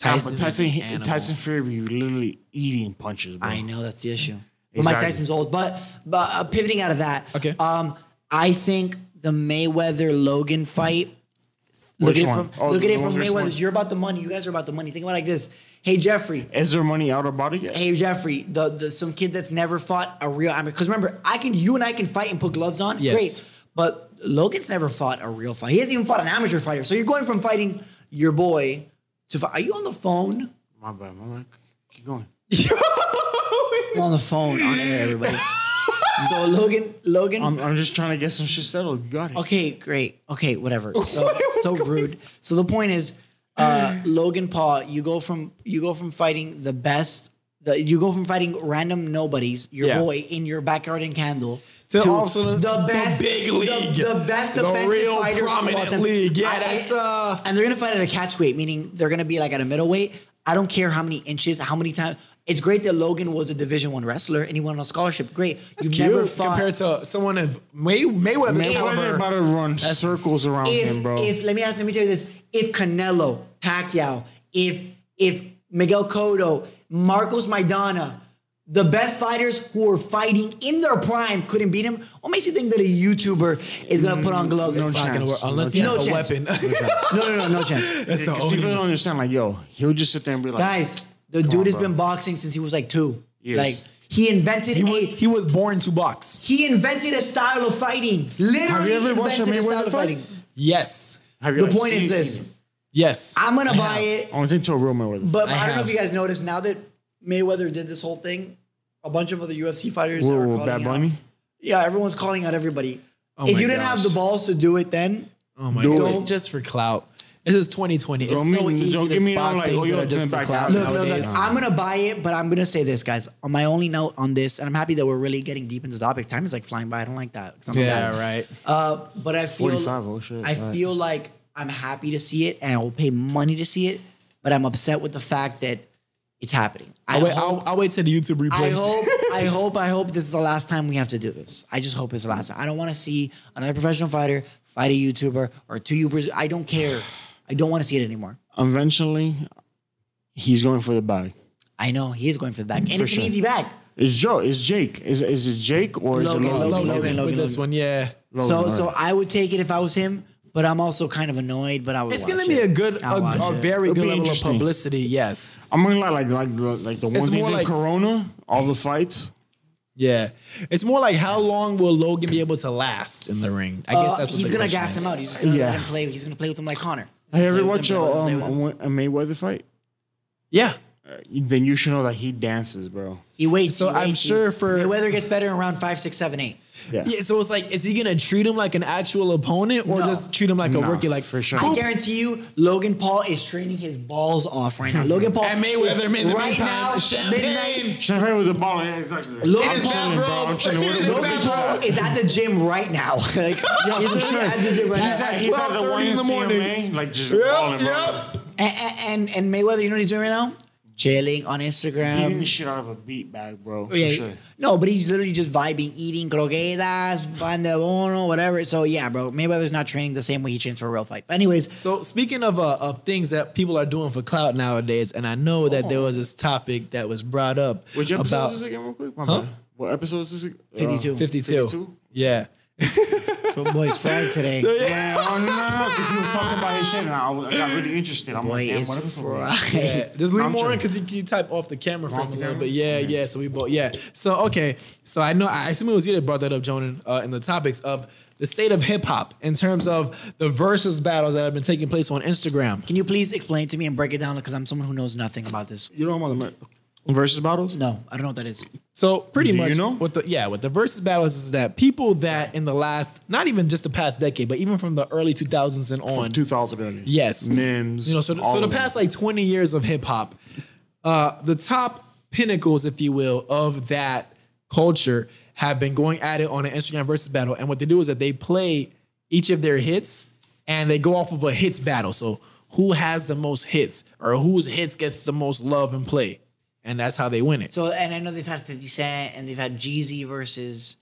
S1: Tyson,
S4: Tyson,
S1: is
S4: Tyson,
S1: an
S4: he-
S1: animal.
S4: Tyson Fury be literally eating punches, bro.
S2: I know that's the issue. But Mike
S4: Exactly.
S2: Tyson's old. But but uh, pivoting out of that.
S1: Okay.
S2: Um, I think the Mayweather Logan fight. Look
S4: Which
S2: at it
S4: one?
S2: from
S4: Oh,
S2: look at
S4: the
S2: it
S4: one
S2: from
S4: versus
S2: Mayweather.
S4: one.
S2: You're about the money. You guys are about the money. Think about it like this. Hey Jeffrey.
S4: Is there money out of body yet?
S2: Hey Jeffrey. The the some kid that's never fought a real. I mean, because remember, I can you and I can fight and put gloves on.
S1: Yes.
S2: Great. But Logan's never fought a real fight. He hasn't even fought an amateur fighter. So you're going from fighting your boy to fight. Are you on the phone?
S4: My bad, my bad. Keep going.
S2: I'm <laughs> on the phone on air, everybody. <laughs> so Logan, Logan.
S4: I'm, I'm just trying to get some shit settled. You got it.
S2: Okay, great.
S1: <laughs>
S2: Okay, whatever. So so rude. So the point is,
S1: <sighs>
S2: uh, Logan Paul, you go from you go from fighting the best, the, you go from fighting random nobodies, your
S1: Yeah.
S2: boy in your backyard in Candle,
S1: To all of a sudden,
S2: the
S1: the
S2: best,
S1: big
S2: the-
S1: league.
S2: the, best
S1: The
S2: defensive
S1: real
S2: fighter of all
S1: prominent
S2: time.
S1: league. Yeah,
S2: I-
S1: that's, uh,
S2: and they're gonna fight at a catch weight, meaning they're gonna be like at a middleweight. I don't care how many inches, how many times. It's great that Logan was a Division One wrestler and he won on scholarship. Great,
S1: It's
S2: you
S1: cute
S2: never fought.
S1: compared to someone of May, Mayweather's
S4: Mayweather
S1: caliber.
S4: about to run circles around
S2: if,
S4: him, bro.
S2: if let me ask, let me tell you this: if Canelo, Pacquiao, if if Miguel Cotto, Marcos Maidana, the best fighters who were fighting in their prime couldn't beat him, what makes you think that a YouTuber is gonna put on gloves?
S4: No
S2: and fight?
S1: Not gonna work
S4: <laughs> No
S1: unless he has
S2: chance.
S1: a weapon.
S2: no, no, no, no
S1: <laughs>
S2: chance.
S1: That's the
S4: Because people
S1: only.
S4: don't understand, like, yo, he'll just sit there and be like,
S2: Guys, the
S4: Come
S2: dude
S4: on,
S2: has
S4: bro.
S2: been boxing since he was like two.
S4: Years.
S2: Like he invented
S1: He was,
S2: a
S1: he was born to box.
S2: he invented a style of fighting. Literally
S4: Have you ever watched a
S2: invented a style
S4: Mayweather
S2: of
S4: fight?
S2: fighting.
S1: Yes.
S4: Have you
S2: The
S4: like,
S2: point
S4: seen-
S2: is this:
S1: Yes.
S2: I'm gonna
S1: I
S2: buy
S1: have.
S2: it.
S4: I went into a room with
S2: But I,
S1: I
S2: don't know if
S1: have.
S2: you guys noticed now that Mayweather did this whole thing, a bunch of other UFC fighters
S4: Whoa,
S2: are
S4: whoa,
S2: calling
S4: Bad
S2: out-
S4: Bunny?
S2: Yeah, everyone's calling out everybody.
S1: Oh my
S2: if you didn't have
S1: gosh.
S2: the balls to do it, then
S1: Oh my
S4: Do
S1: god,
S4: it.
S1: it's just for clout. This is 2020. It's
S4: Don't
S1: so
S4: mean-
S1: easy
S4: don't
S1: to
S4: give me no,
S1: spot
S4: like,
S1: things
S4: oh, you're
S1: that are just
S4: gonna
S1: for
S4: back
S1: clout
S4: out.
S2: Look, look, look,
S1: nowadays.
S2: I'm gonna buy it, but I'm gonna say this, guys. On my only note on this, and I'm happy that we're really getting deep into the topic. Time is like flying by. I don't like that. 'cause I'm sad.
S1: yeah,
S2: <laughs>
S1: right.
S2: Uh, but I feel,
S4: 45, oh shit,
S2: I
S4: alright.
S2: feel like I'm happy to see it, and I will pay money to see it. But I'm upset with the fact that it's happening. I
S1: I'll Oh, wait,
S2: hope,
S1: I'll, I'll wait till the YouTube
S2: I
S1: replays.
S2: hope,
S1: <laughs>
S2: I hope, I hope this is the last time we have to do this. I just hope it's the last time. I don't want to see another professional fighter fight a YouTuber or two YouTubers. I don't care. I don't want to see it anymore.
S4: Eventually, he's going for the bag.
S2: I know he is going for the back, and
S4: For
S2: it's
S4: sure.
S2: an easy back.
S4: It's Joe. It's Jake. Is is it Jake or is
S2: Logan,
S4: it Logan?
S2: Logan,
S1: Logan,
S2: Logan,
S1: with this
S2: Logan.
S1: one, yeah.
S2: so
S4: Logan,
S2: so
S4: alright.
S2: I would take it if I was him, but I'm also kind of annoyed. But I would.
S1: It's
S2: watch
S1: gonna be
S2: it.
S1: a good, a,
S2: I'll watch
S1: a
S2: it.
S1: very good
S4: It'll be
S1: level of
S4: interesting.
S1: publicity. Yes,
S4: I'm gonna lie, like like the- like the one
S1: It's
S4: thing
S1: more
S4: with
S1: like-
S4: Corona, all the fights.
S1: yeah. It's more like how long will Logan be able to last in the ring? I guess
S2: Uh,
S1: that's what
S2: he's
S1: the
S2: gonna
S1: question
S2: gas
S1: is.
S2: him out. He's just gonna
S4: Yeah.
S2: let him play. He's gonna play with him like Connor.
S4: Have you
S2: Play
S4: ever
S2: with him,
S4: watched a,
S2: play with him, play with him.
S4: um, a Mayweather fight?
S1: Yeah,
S4: Then you should know that he dances, bro.
S2: He waits.
S1: So
S2: he waits,
S1: I'm
S2: he-
S1: sure for-
S2: Mayweather gets better in round five, six, seven, eight.
S4: Yeah.
S1: yeah. So it's like, is he gonna treat him like an actual opponent or
S2: No.
S1: just treat him like
S4: No,
S1: a rookie? Like
S4: for sure.
S2: I
S1: "Cool,
S2: guarantee you, Logan Paul is training his balls off right now. Logan Paul
S1: And Mayweather made the
S2: right
S1: meantime,
S2: now
S1: champagne.
S2: midnight.
S4: Champagne with the ball. Yeah, exactly.
S2: Logan
S4: I'm
S2: is
S4: chilling,
S2: back,
S4: bro.
S1: bro.
S4: I'm chilling. What-
S1: Logan
S4: what-
S2: Logan Paul is at the gym right now. <laughs> Like,
S4: Yeah,
S2: he's
S4: for
S2: literally
S4: sure.
S2: at the gym right
S4: He's
S2: now.
S4: at, he's at the
S1: 12:30 in the
S4: YMCMA,
S1: morning.
S4: like just
S1: Yep,
S4: balling, bro.
S1: yep.
S2: And, and and Mayweather, you know what he's doing right now? Chilling on Instagram.
S4: Beating the shit out of a beat bag, bro. For
S2: Yeah,
S4: sure.
S2: No, but he's literally just vibing, eating croquetas, pan de bono, whatever. So yeah, bro, Mayweather's not training the same way he trains for a real fight. But anyways,
S1: So speaking of uh, of things that people are doing for clout nowadays, and I know that there was this topic that was brought up
S4: Which episode
S1: about
S4: is this again, real quick? My
S1: Huh?
S4: bad. What episode is this? again? Uh,
S2: 52.
S1: 52.
S4: 52?
S1: Yeah.
S2: <laughs> but boys, fried today.
S4: Yeah, oh, no, no, because he was talking about his shit, and I, was- I got really interested. I'm
S2: Boy,
S4: like, damn, what
S2: it's
S4: episode? was it?
S2: fried.
S4: <laughs>
S1: Yeah, just leave
S4: I'm
S1: more in
S4: trying-
S1: because you, you type off the camera for him
S4: Off
S1: a
S4: the
S1: little
S4: camera?
S1: bit. Yeah, yeah. So we both, yeah. So okay, so I know I assume it was you that brought that up, Jonan, uh, in the topics of the state of hip hop in terms of the versus battles that have been taking place on Instagram.
S2: Can you please explain it to me and break it down? Because I'm someone who knows nothing about this.
S4: You know what I'm talking about? Versus battles?
S2: No, I don't know what that is.
S1: So pretty
S4: Do you
S1: much,
S4: know?
S1: what the yeah, what the versus battles is that people that in the last, not even just the past decade, but even from the early two thousands and on,
S4: 2000 early.
S1: Yes.
S4: Mims.
S1: You know, so,
S4: all
S1: so the
S4: of
S1: past like 20 years of hip hop, uh, the top pinnacles, if you will, of that culture have been going at it on an Instagram versus battle. And what they do is that they play each of their hits and they go off of a hits battle. So who has the most hits or whose hits gets the most love and play? And that's how they win it.
S2: So, and I know they've had 50 Cent and they've had Jeezy versus.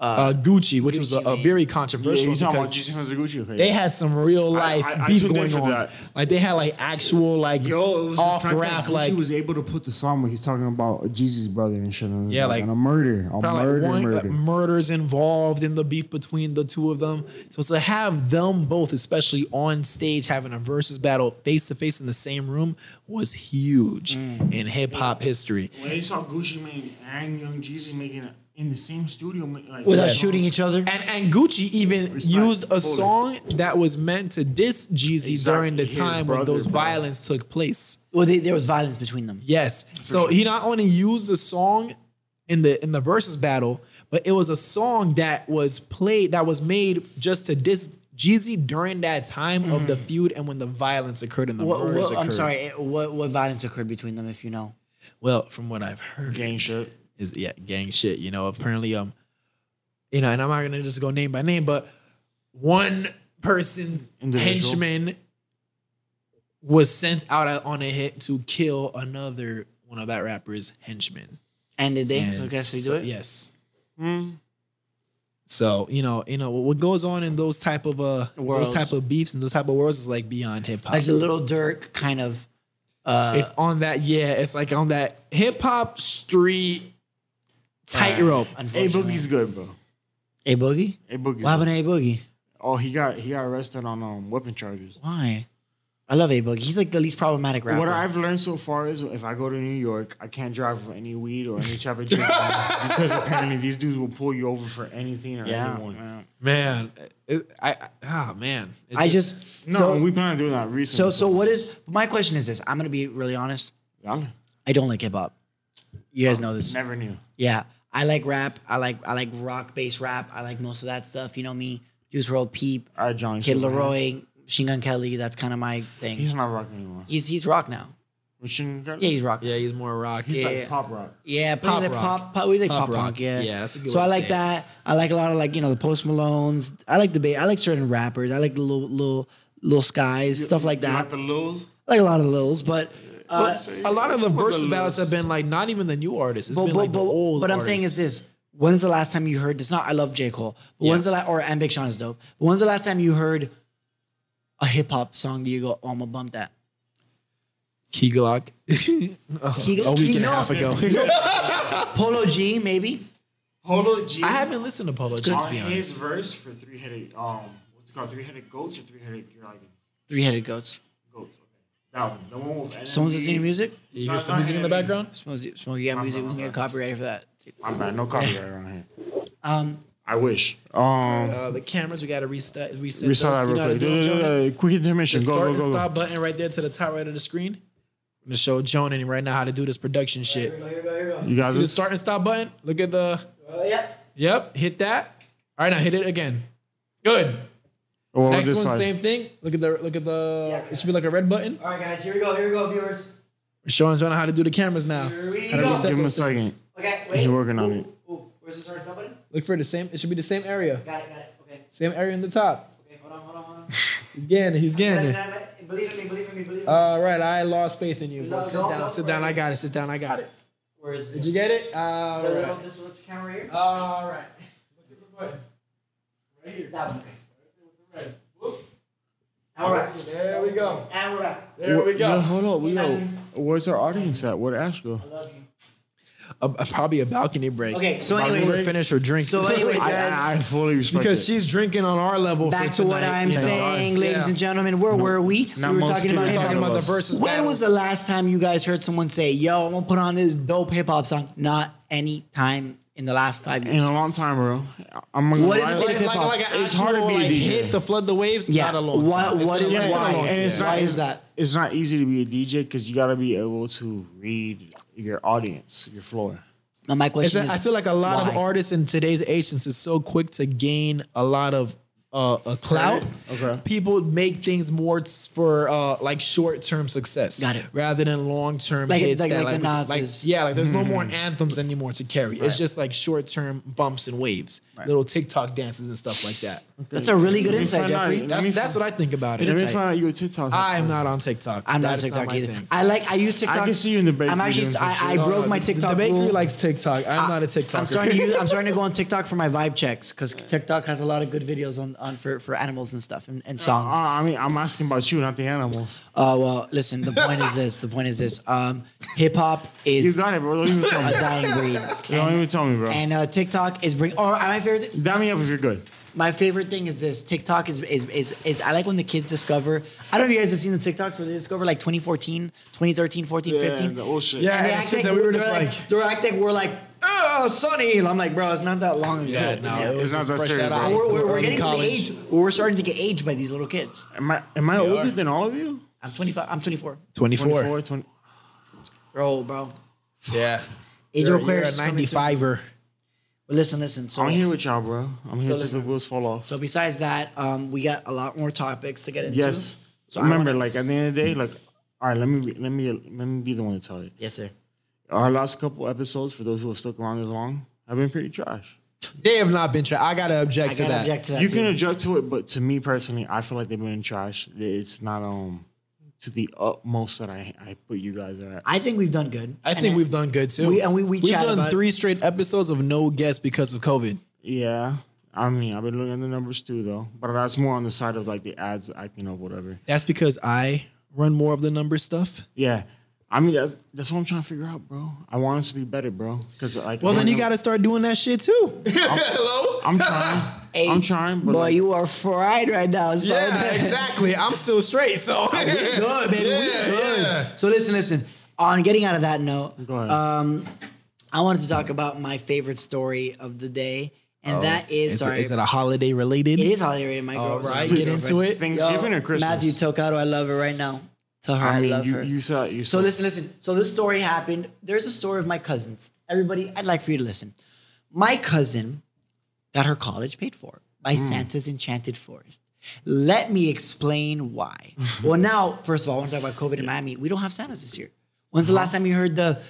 S1: uh, Gucci, which was a,
S2: Gucci
S1: a
S2: Mane.
S1: very
S4: Yeah,
S1: controversial
S4: you talking
S1: because
S4: about Jason Mizuguchi? Okay.
S1: they had some real life
S4: I- I
S1: beef
S4: tuned in
S1: going
S4: for
S1: on.
S4: that.
S1: Like they had like actual like
S4: Yo, it was
S1: off
S4: the fact
S1: rap
S4: that Gucci
S1: like
S4: was able to put the song where he's talking about Jeezy's brother and shit. And
S1: Yeah, like-
S4: and a murder, a
S1: Probably
S4: murder,
S1: like one
S4: murder.
S1: like, murders involved in the beef between the two of them. So to have them both, especially on stage, having a versus battle face to face in the same room was huge
S4: Mm.
S1: in hip hop history.
S4: when you saw Gucci Mane and Young Jeezy making it in the same studio, like
S2: Without shooting each other?
S1: And and Gucci even
S4: Respect.
S1: used a
S4: Fully.
S1: song that was meant to diss Jeezy
S4: Exactly.
S1: during the
S4: His
S1: time when
S4: brother,
S1: those
S4: bro.
S1: violence took place.
S2: Well, they, there was violence between them.
S1: Yes. so he not only used the song in the in the versus battle, but it was a song that was played that was made just to diss Jeezy during that time of the feud and when the violence occurred and the
S2: What,
S1: murders
S2: what-
S1: occurred.
S2: I'm sorry, eh, what, what violence occurred between them, if you know?
S1: Well, from what I've heard,
S4: gang shit.
S1: is yeah, gang shit. You know, apparently, um, you know, and I'm not gonna just go name by name, but one person's
S4: Individual.
S1: henchman was sent out on a hit to kill another one of that rapper's henchmen.
S2: And did they
S1: And
S2: successfully
S1: so-
S2: do it?
S1: Yes.
S4: Hmm?
S1: So you know, you know what goes on in those type of uh
S2: Worlds.
S1: those type of beefs and those type of worlds is like uh, beyond hip hop.
S2: Like the little Dirk kind of. uh,
S1: it's on that yeah, it's like on that hip hop street tightrope.
S4: A
S2: Unfortunately.
S4: Boogie's good, bro.
S2: A Boogie?
S4: A Boogie's.
S2: What
S4: good.
S2: happened to A Boogie?
S4: Oh, he got he got arrested on um, weapon charges.
S2: Why? I love A Boogie. He's like the least problematic rapper.
S4: What I've learned so far is if I go to New York, I can't drive with any weed or any type
S1: <laughs>
S4: of drink because apparently these dudes will pull you over for anything or
S2: Yeah.
S4: anyone.
S1: man, it, I, I ah man. It's
S2: I just
S4: No,
S2: so
S4: we plan on doing that recently.
S2: so so what is my question is this? I'm gonna be really honest.
S4: Yeah.
S2: I I don't like hip hop. You guys know this.
S4: Never knew.
S2: Yeah, I like rap. I like I like rock based rap. I like most of that stuff. You know me, Juice World, Peep,
S4: All right, John.
S2: Kid
S4: so-
S2: Leroy, Machine Gun Kelly. That's kind of my thing.
S4: He's not rocking anymore.
S2: He's he's rock now.
S4: Which you got-
S2: Yeah, he's rock. Yeah,
S1: Yeah, he's more rock.
S4: he's
S2: yeah.
S4: like pop rock.
S2: pop,
S1: Pop rock.
S2: pop, pop, we like
S1: Pop
S2: pop,
S1: rock.
S2: punk. Yeah,
S1: Yeah, that's a good
S2: So
S1: way
S2: I
S1: to
S2: like
S1: say it.
S2: that. I like a lot of like you know the Post Malones. I like the ba- I like certain rappers. I like the little little little skies stuff like
S4: You
S2: that.
S4: got the Lils.
S2: I like a lot of those, but. Uh,
S1: a lot of the versus battles have been like not even the new artists. It's been like the old.
S2: what I'm saying is
S1: artists.
S2: this: When's the last time you heard this? Not I love J Cole, but when's the last or and Big Sean is dope. But when's the last time you heard a hip hop song that you go, oh, I'm gonna bump that?
S1: Key <laughs> Glock
S2: He-
S1: a week
S2: he-
S1: and a
S2: no,
S1: half ago.
S2: Polo G maybe.
S4: Polo G.
S1: I haven't listened to Polo G to
S4: on
S1: be
S4: his
S1: honest.
S4: verse for three headed um what's it called three headed goats or three headed dragons
S2: Three Headed Goats.
S4: goats okay that one the one with
S2: Someone's listening to
S4: enemy.
S2: music.
S1: You
S4: No,
S1: hear some
S4: not
S1: music in the
S4: enemy.
S1: background?
S2: Smokey, Smokey got music. We can get copyrighted for that.
S4: My bad, no copyright around here.
S2: Um,
S4: I wish. Um,
S1: Uh, the cameras we gotta reset. Reset.
S4: we saw
S1: those. You know
S4: that real
S1: how to
S4: quick.
S1: do it, Jonah?
S4: Uh, Quick intermission.
S1: the
S4: Go,
S1: start
S4: go,
S1: and
S4: go, go.
S1: stop button right there to the top right of the screen. I'm gonna show Jonan and right now how to do this production shit.
S4: You got
S1: See the
S4: this?
S1: start and stop button? Look at the.
S2: Oh, yep.
S1: Yep, hit that. All right, now hit it again. Good.
S4: Or
S1: Next
S4: this
S1: one,
S4: side?
S1: same thing. Look at the look at the.
S2: Yeah.
S1: It should be like a red button.
S2: All right, guys. Here we go. Here we go, viewers.
S1: We're showing Jonah how to do the cameras now.
S2: Here we
S1: How to
S2: go.
S1: reset
S4: Give him a
S1: those things.
S4: second.
S2: Okay,
S4: wait. You're working on Ooh, it.
S2: where's the start button?
S1: Look for the same. It should be the same area.
S2: Got it. Got it. Okay.
S1: Same area in the top.
S2: Okay. Hold on. Hold on. Hold on.
S1: He's getting it. He's getting it.
S2: Believe in me. Believe in me.
S4: Uh,
S2: Believe in me.
S1: All right, I lost faith in you. But
S2: No,
S1: sit
S2: no,
S1: down.
S2: no,
S1: sit down.
S2: right.
S1: I got it. Sit down. I got it.
S2: Where is
S1: Did
S2: it?
S1: you get it? All
S2: The
S1: right.
S2: little, this with the camera here?
S1: All right.
S2: that one. All right.
S1: There we go.
S2: And we're back.
S1: There we
S4: Yo,
S1: go.
S4: hold on. We go. Where's our audience at? Where'd Ash go?
S2: Love you.
S1: A, a- probably a balcony break.
S2: Okay, so
S1: I was
S2: anyways-
S1: gonna finish her drink.
S2: So anyways,
S4: I,
S2: guys,
S4: I, I fully respect
S1: because
S4: it.
S1: she's drinking on our level.
S2: back
S1: for
S2: to what
S1: tonight,
S2: I'm
S1: you know.
S2: saying,
S1: Yeah.
S2: ladies and gentlemen. Where were we?
S4: Not
S2: we were
S4: most
S2: talking about
S4: kids.
S2: hip
S1: talking
S2: hop.
S1: about the
S4: Us.
S1: versus.
S2: When
S1: battles.
S2: was the last time you guys heard someone say, "Yo, I'm gonna put on this dope hip hop song"? Not any time in the last five
S4: In
S2: years.
S4: a long time, bro. I'm gonna
S2: What
S4: lie.
S2: is
S1: like,
S2: Hip
S1: like,
S2: hop.
S1: like an
S4: It's hard to
S1: actual,
S4: be a
S1: like,
S4: DJ.
S1: hit the flood the waves.
S2: Yeah.
S1: Not a long
S2: What-
S1: time. It's
S2: what-
S1: been a long- it's been a
S2: why?
S1: long
S4: and
S1: time.
S4: it's
S2: Why
S4: not,
S2: is that?
S4: It's not easy to be a DJ because you got to be able to read your audience, your floor.
S2: Now my
S1: It's
S2: question
S1: that-
S2: is,
S1: I feel like a lot of
S2: why?
S1: artists in today's age, since it's so quick to gain a lot of uh, a clout,
S4: Okay.
S1: people make things more s- for uh, like short term success,
S2: Got it.
S1: rather than long term
S2: Like-
S1: hits.
S2: like-
S1: that,
S2: like the
S1: we-
S2: Nas's. Hmm.
S1: yeah, like there's no more anthems anymore to carry. It's just like short term bumps and waves, little TikTok dances and stuff like that.
S2: that's a really good insight,
S4: find out.
S2: Jeffrey.
S4: Let
S1: That's
S4: me-
S1: that's what I think about
S4: Let me
S1: it.
S4: find out you a TikTok.
S1: I am not on TikTok.
S2: I'm not
S1: That is
S2: TikTok
S1: my
S2: either.
S1: thing.
S2: I like I use TikTok.
S4: can see you in the bakery
S2: I'm actually
S4: doing some
S2: I, I
S4: shit.
S1: No,
S2: broke
S1: no,
S2: my
S1: the-
S2: TikTok.
S1: The bakery
S2: rule.
S1: likes TikTok. I'm not a TikToker.
S2: I'm starting to use, I'm starting to go on TikTok for my vibe checks because TikTok has a lot of good videos on, on for, for animals and stuff and,
S1: Uh-huh.
S2: and
S4: Uh,
S2: songs.
S4: I mean, I'm asking about you, not the
S2: <laughs>
S4: animals.
S2: Uh, well, listen, the point is this. The point is this. Um, hip hop
S4: You
S2: is a
S4: got it, bro. Don't even tell me.
S1: <laughs>
S2: dying breed,
S4: Don't even tell me, bro.
S2: and uh, TikTok is bring. Or uh, my favorite,
S4: Dab me up if you're good.
S2: my favorite thing is this. TikTok is is is, is I like when the kids discover. I don't know if you guys have seen the TikTok where they discover like 2014, 2013, 14, 15.
S4: the old shit.
S1: Yeah,
S2: And they
S1: and
S2: act
S1: shit
S2: like
S1: that we were just
S2: they're
S1: like,
S2: they're acting we're like, oh, Sonny. And I'm like, bro, it's not that long
S1: <laughs>
S2: ago.
S1: yeah, no, it was
S4: not
S1: just
S4: that
S1: fresh
S4: serious,
S1: out of
S4: bro.
S1: high
S2: We're,
S1: school,
S2: we're, we're
S1: early
S2: getting to the
S1: college.
S2: age where we're starting to get aged by these little kids.
S4: Am I am I older
S1: are.
S4: than all of you?
S2: I'm 25. I'm 24.
S1: 24.
S4: 24, 20.
S2: Bro, bro.
S1: Yeah.
S2: Age
S1: You're, you're
S2: of
S1: a
S2: Aquarius. is coming soon.
S1: 95er.
S2: But listen, listen. So,
S4: I'm here with y'all, bro. I'm here till the
S2: listen.
S4: wheels fall off.
S2: so besides that, um, we got a lot more topics to get into.
S4: Yes.
S2: So I
S4: Remember,
S2: wanna-
S4: like at the end of the day, like, all right, let me be- let me let me be the one to tell you.
S2: Yes, sir.
S4: Our last couple episodes, for those who have stuck around as long, have been pretty trash.
S1: They have not been tried. I gotta object
S2: I
S1: to
S2: gotta
S1: that.
S2: object to that.
S4: You
S2: too.
S4: can object to it, but to me personally, I feel like they've been trash. It's not um to the utmost that I I put you guys at.
S2: I think we've done good.
S1: I think we've done good too.
S2: We- and we- we
S1: have
S2: chat
S1: done
S2: about-
S1: three straight episodes of no guests because of COVID.
S4: Yeah. I mean, I've been looking at the numbers too, though. But that's more on the side of like the ads acting up, whatever.
S1: That's because I run more of the number stuff.
S4: Yeah. I mean, that's that's what I'm trying to figure out, bro. I want us to be better, bro. Because like,
S1: Well,
S4: I
S1: then you
S4: know-
S1: gotta start doing that shit too. Hello.
S4: I'm
S2: <laughs>
S4: trying.
S2: Hey,
S4: I'm trying, but
S2: Boy,
S4: like,
S2: you are fried right now. So
S1: <laughs> Yeah, exactly. I'm still straight, so
S2: good, baby.
S1: Yeah,
S2: we good.
S1: yeah.
S2: <laughs> So listen, listen. On getting out of that note,
S4: go ahead.
S2: um, I wanted to talk about my favorite story of the day, and that
S1: Is,
S2: is,
S1: it-
S2: sorry,
S1: is it a holiday related?
S2: it is Holly Ray, my
S1: All
S2: girl.
S1: right, get into it.
S4: Thanksgiving or Christmas?
S2: Matthew Tocado, I love it right now. Tell her I,
S4: I mean,
S2: love
S4: you,
S2: her.
S4: you saw you saw.
S2: So listen, listen. So this story happened. There's a story of my cousins. Everybody, I'd like for you to listen. My cousin got her college paid for
S1: Hmm.
S2: by Santa's Enchanted Forest. Let me
S1: <laughs>
S2: explain why. well, now, first of all, I want to talk about COVID in Miami. We don't have Santas this year. When's the last time you heard the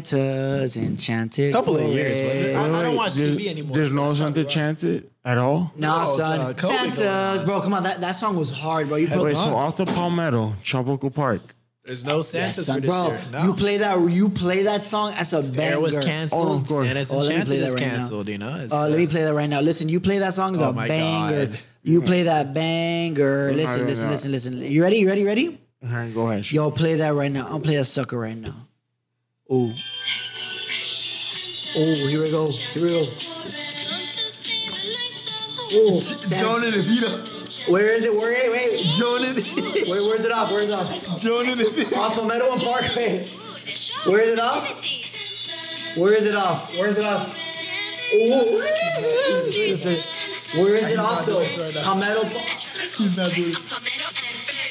S2: Santa's Enchanted?
S1: Uh-huh. Couple of years, but
S2: Forest?
S1: I, I
S4: Wait,
S1: don't watch
S4: there's-
S1: TV anymore.
S4: There's no
S1: so that's
S4: Santa
S1: probably
S4: chanted at all.
S2: No,
S1: No, it's,
S2: son.
S1: uh, COVID going
S2: Santa's, bro. Come on, that, that song was hard, bro. You put,
S4: Wait, so off the Palmetto, Tropical Park.
S1: why. There's no Santa
S2: Yes,
S1: for
S2: son,
S1: this
S2: bro.
S1: year. No.
S2: You play that. You play that song as a
S1: Fair
S2: banger.
S1: was
S4: Oh,
S1: canceled.
S4: of course.
S1: Santa's
S2: Oh, let me play
S1: Enchanted
S2: that
S1: is
S2: right now.
S1: canceled. You know. It's,
S2: Uh, let
S1: uh,
S2: me play that right now. Listen, you play that song is
S1: Oh
S2: a
S1: my
S2: banger.
S1: God.
S2: You play that banger.
S4: no,
S2: Listen, listen,
S4: no.
S2: listen, listen. You ready? You ready? Ready?
S4: Alright, go ahead.
S2: Yo, play that right now. I'll play that sucker right now. Oh. Oh, here we go. Here we go. Oh, Santa-
S1: and Evita.
S2: where is it? Where? Wait, wait.
S1: Joan and <laughs> Evita.
S2: Wait, where's it off? Where's it off?
S1: Joan and Evita.
S2: Off of Meadow and Parkway. Where is it off? Where is it off? Where is it off? Oh, where is it off though? Palmetto,
S1: He's not doing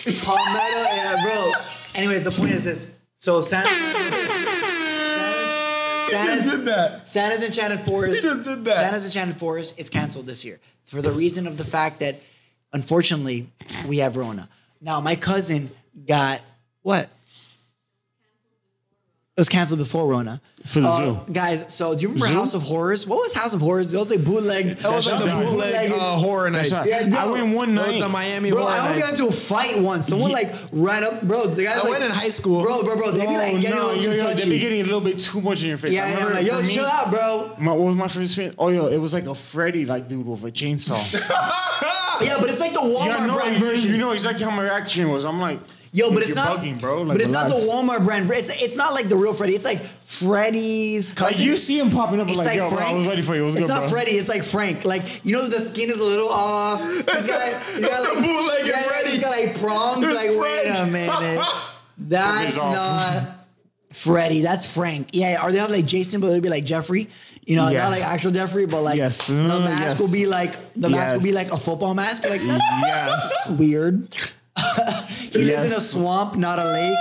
S1: it.
S2: Palmetto, yeah, bro. Anyways, the point is this. So Santa,
S1: He
S2: Santa's,
S1: did that.
S2: Santa's Enchanted Forest.
S1: He just did that.
S2: Santa's Enchanted Forest is canceled this year for the reason of the fact that, unfortunately, we have Rona. Now, my cousin got what? It was canceled before Rona.
S4: For the
S2: Uh,
S4: zoo.
S2: Guys, so do you remember
S4: Zoo?
S2: House of Horrors? What was House of Horrors? Those they bootlegged.
S1: That was like the
S4: That's
S1: bootleg uh, horror nights.
S4: right.
S2: Yeah,
S4: I
S2: no.
S4: went one
S1: That was
S4: night.
S1: the Miami
S2: Bro,
S1: horror
S2: I only got
S1: nights.
S2: into a fight once. Someone like ran up, bro. The guys
S1: I
S2: like
S1: went in high school.
S2: Bro, bro, bro. They be like
S4: Oh,
S2: getting
S4: no,
S2: on
S4: yo,
S2: to
S4: yo,
S2: touch
S4: they be
S2: you.
S4: getting a little bit too much in your face. I
S2: Yeah, yeah. I'm
S4: remember
S2: like, yo,
S4: for me,
S2: chill out, bro.
S4: My, what was my first experience? Oh, yo, it was like a Freddy like dude with
S2: <laughs>
S4: a chainsaw.
S2: Yeah, but it's like the Walmart
S4: yeah, no,
S2: brand
S4: you,
S2: Oh, version.
S4: you know exactly how my reaction was. I'm like,
S2: Yo, but
S4: "Dude,
S2: it's
S4: you're
S2: not.
S4: bugging, bro. Like,
S2: but it's not the
S4: relax."
S2: Walmart brand. ver- It's it's not like the real Freddy. It's like Freddy's cousin.
S4: Like you see him popping up,
S2: it's
S4: like, like yo, bro, I was ready for you. It was
S2: it's
S4: good,
S2: not
S4: bro.
S2: Freddy. It's like Frank. Like you know, the skin is a little off. It's
S4: <laughs>
S1: it's the bootleg
S2: yeah,
S1: Freddy.
S2: He's got like prongs.
S1: It's
S2: like wait a
S1: Frank.
S4: <laughs>
S2: minute, that's
S4: Something's off.
S2: not Freddy. That's Frank. Yeah, or they have like Jason, but it'll be like Jeffrey. You know,
S4: Yeah.
S2: not like actual Jeffrey, but like
S4: Yes.
S2: the
S4: Mm,
S2: mask
S4: yes.
S2: will be like the mask will be
S4: Yes.
S2: like a football mask. You're Like that's <laughs>
S4: yes.
S2: weird. he lives in a
S4: Yes.
S2: swamp, not a lake.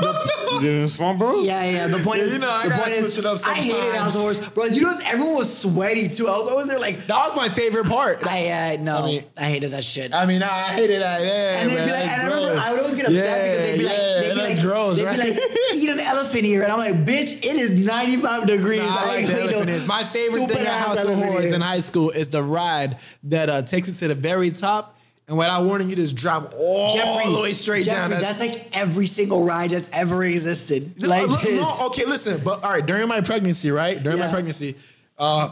S4: <laughs> You did in the swamp, bro?
S2: Yeah, yeah. The point
S1: Yeah,
S2: is,
S1: you know, I
S2: the
S1: gotta
S2: point is,
S1: switch it up
S2: I hated
S1: sometimes.
S2: House of Horrors, bro. You notice everyone was sweaty too. I was always there, like,
S1: That was my favorite part.
S2: I uh, no, I,
S1: I mean-
S2: hated that shit.
S1: I mean, I hated that. Yeah,
S2: and they'd
S1: man,
S2: be like,
S1: that's
S2: and I remember
S1: gross.
S2: I would always get upset because
S1: Yeah,
S2: they'd be like,
S1: yeah,
S2: they'd be
S1: that's
S2: like,
S1: gross,
S2: they'd
S1: right?
S2: be like, <laughs> eat an elephant ear, and I'm like, bitch, it is 95 degrees.
S1: Nah, I like
S2: ain't
S1: the
S2: eating no
S1: elephant ears. My favorite
S2: stupid
S1: thing at
S2: ass
S1: House of
S2: elephant
S1: Horrors
S2: ear.
S1: in high school is the ride that uh, takes it to the very top. And without warning, you just drop all the way straight
S2: Jeffrey,
S1: down.
S2: That's, like every single ride that's ever existed. like,
S1: no, no, okay, listen. But all right, during my pregnancy, right? During
S2: Yeah.
S1: my pregnancy, uh,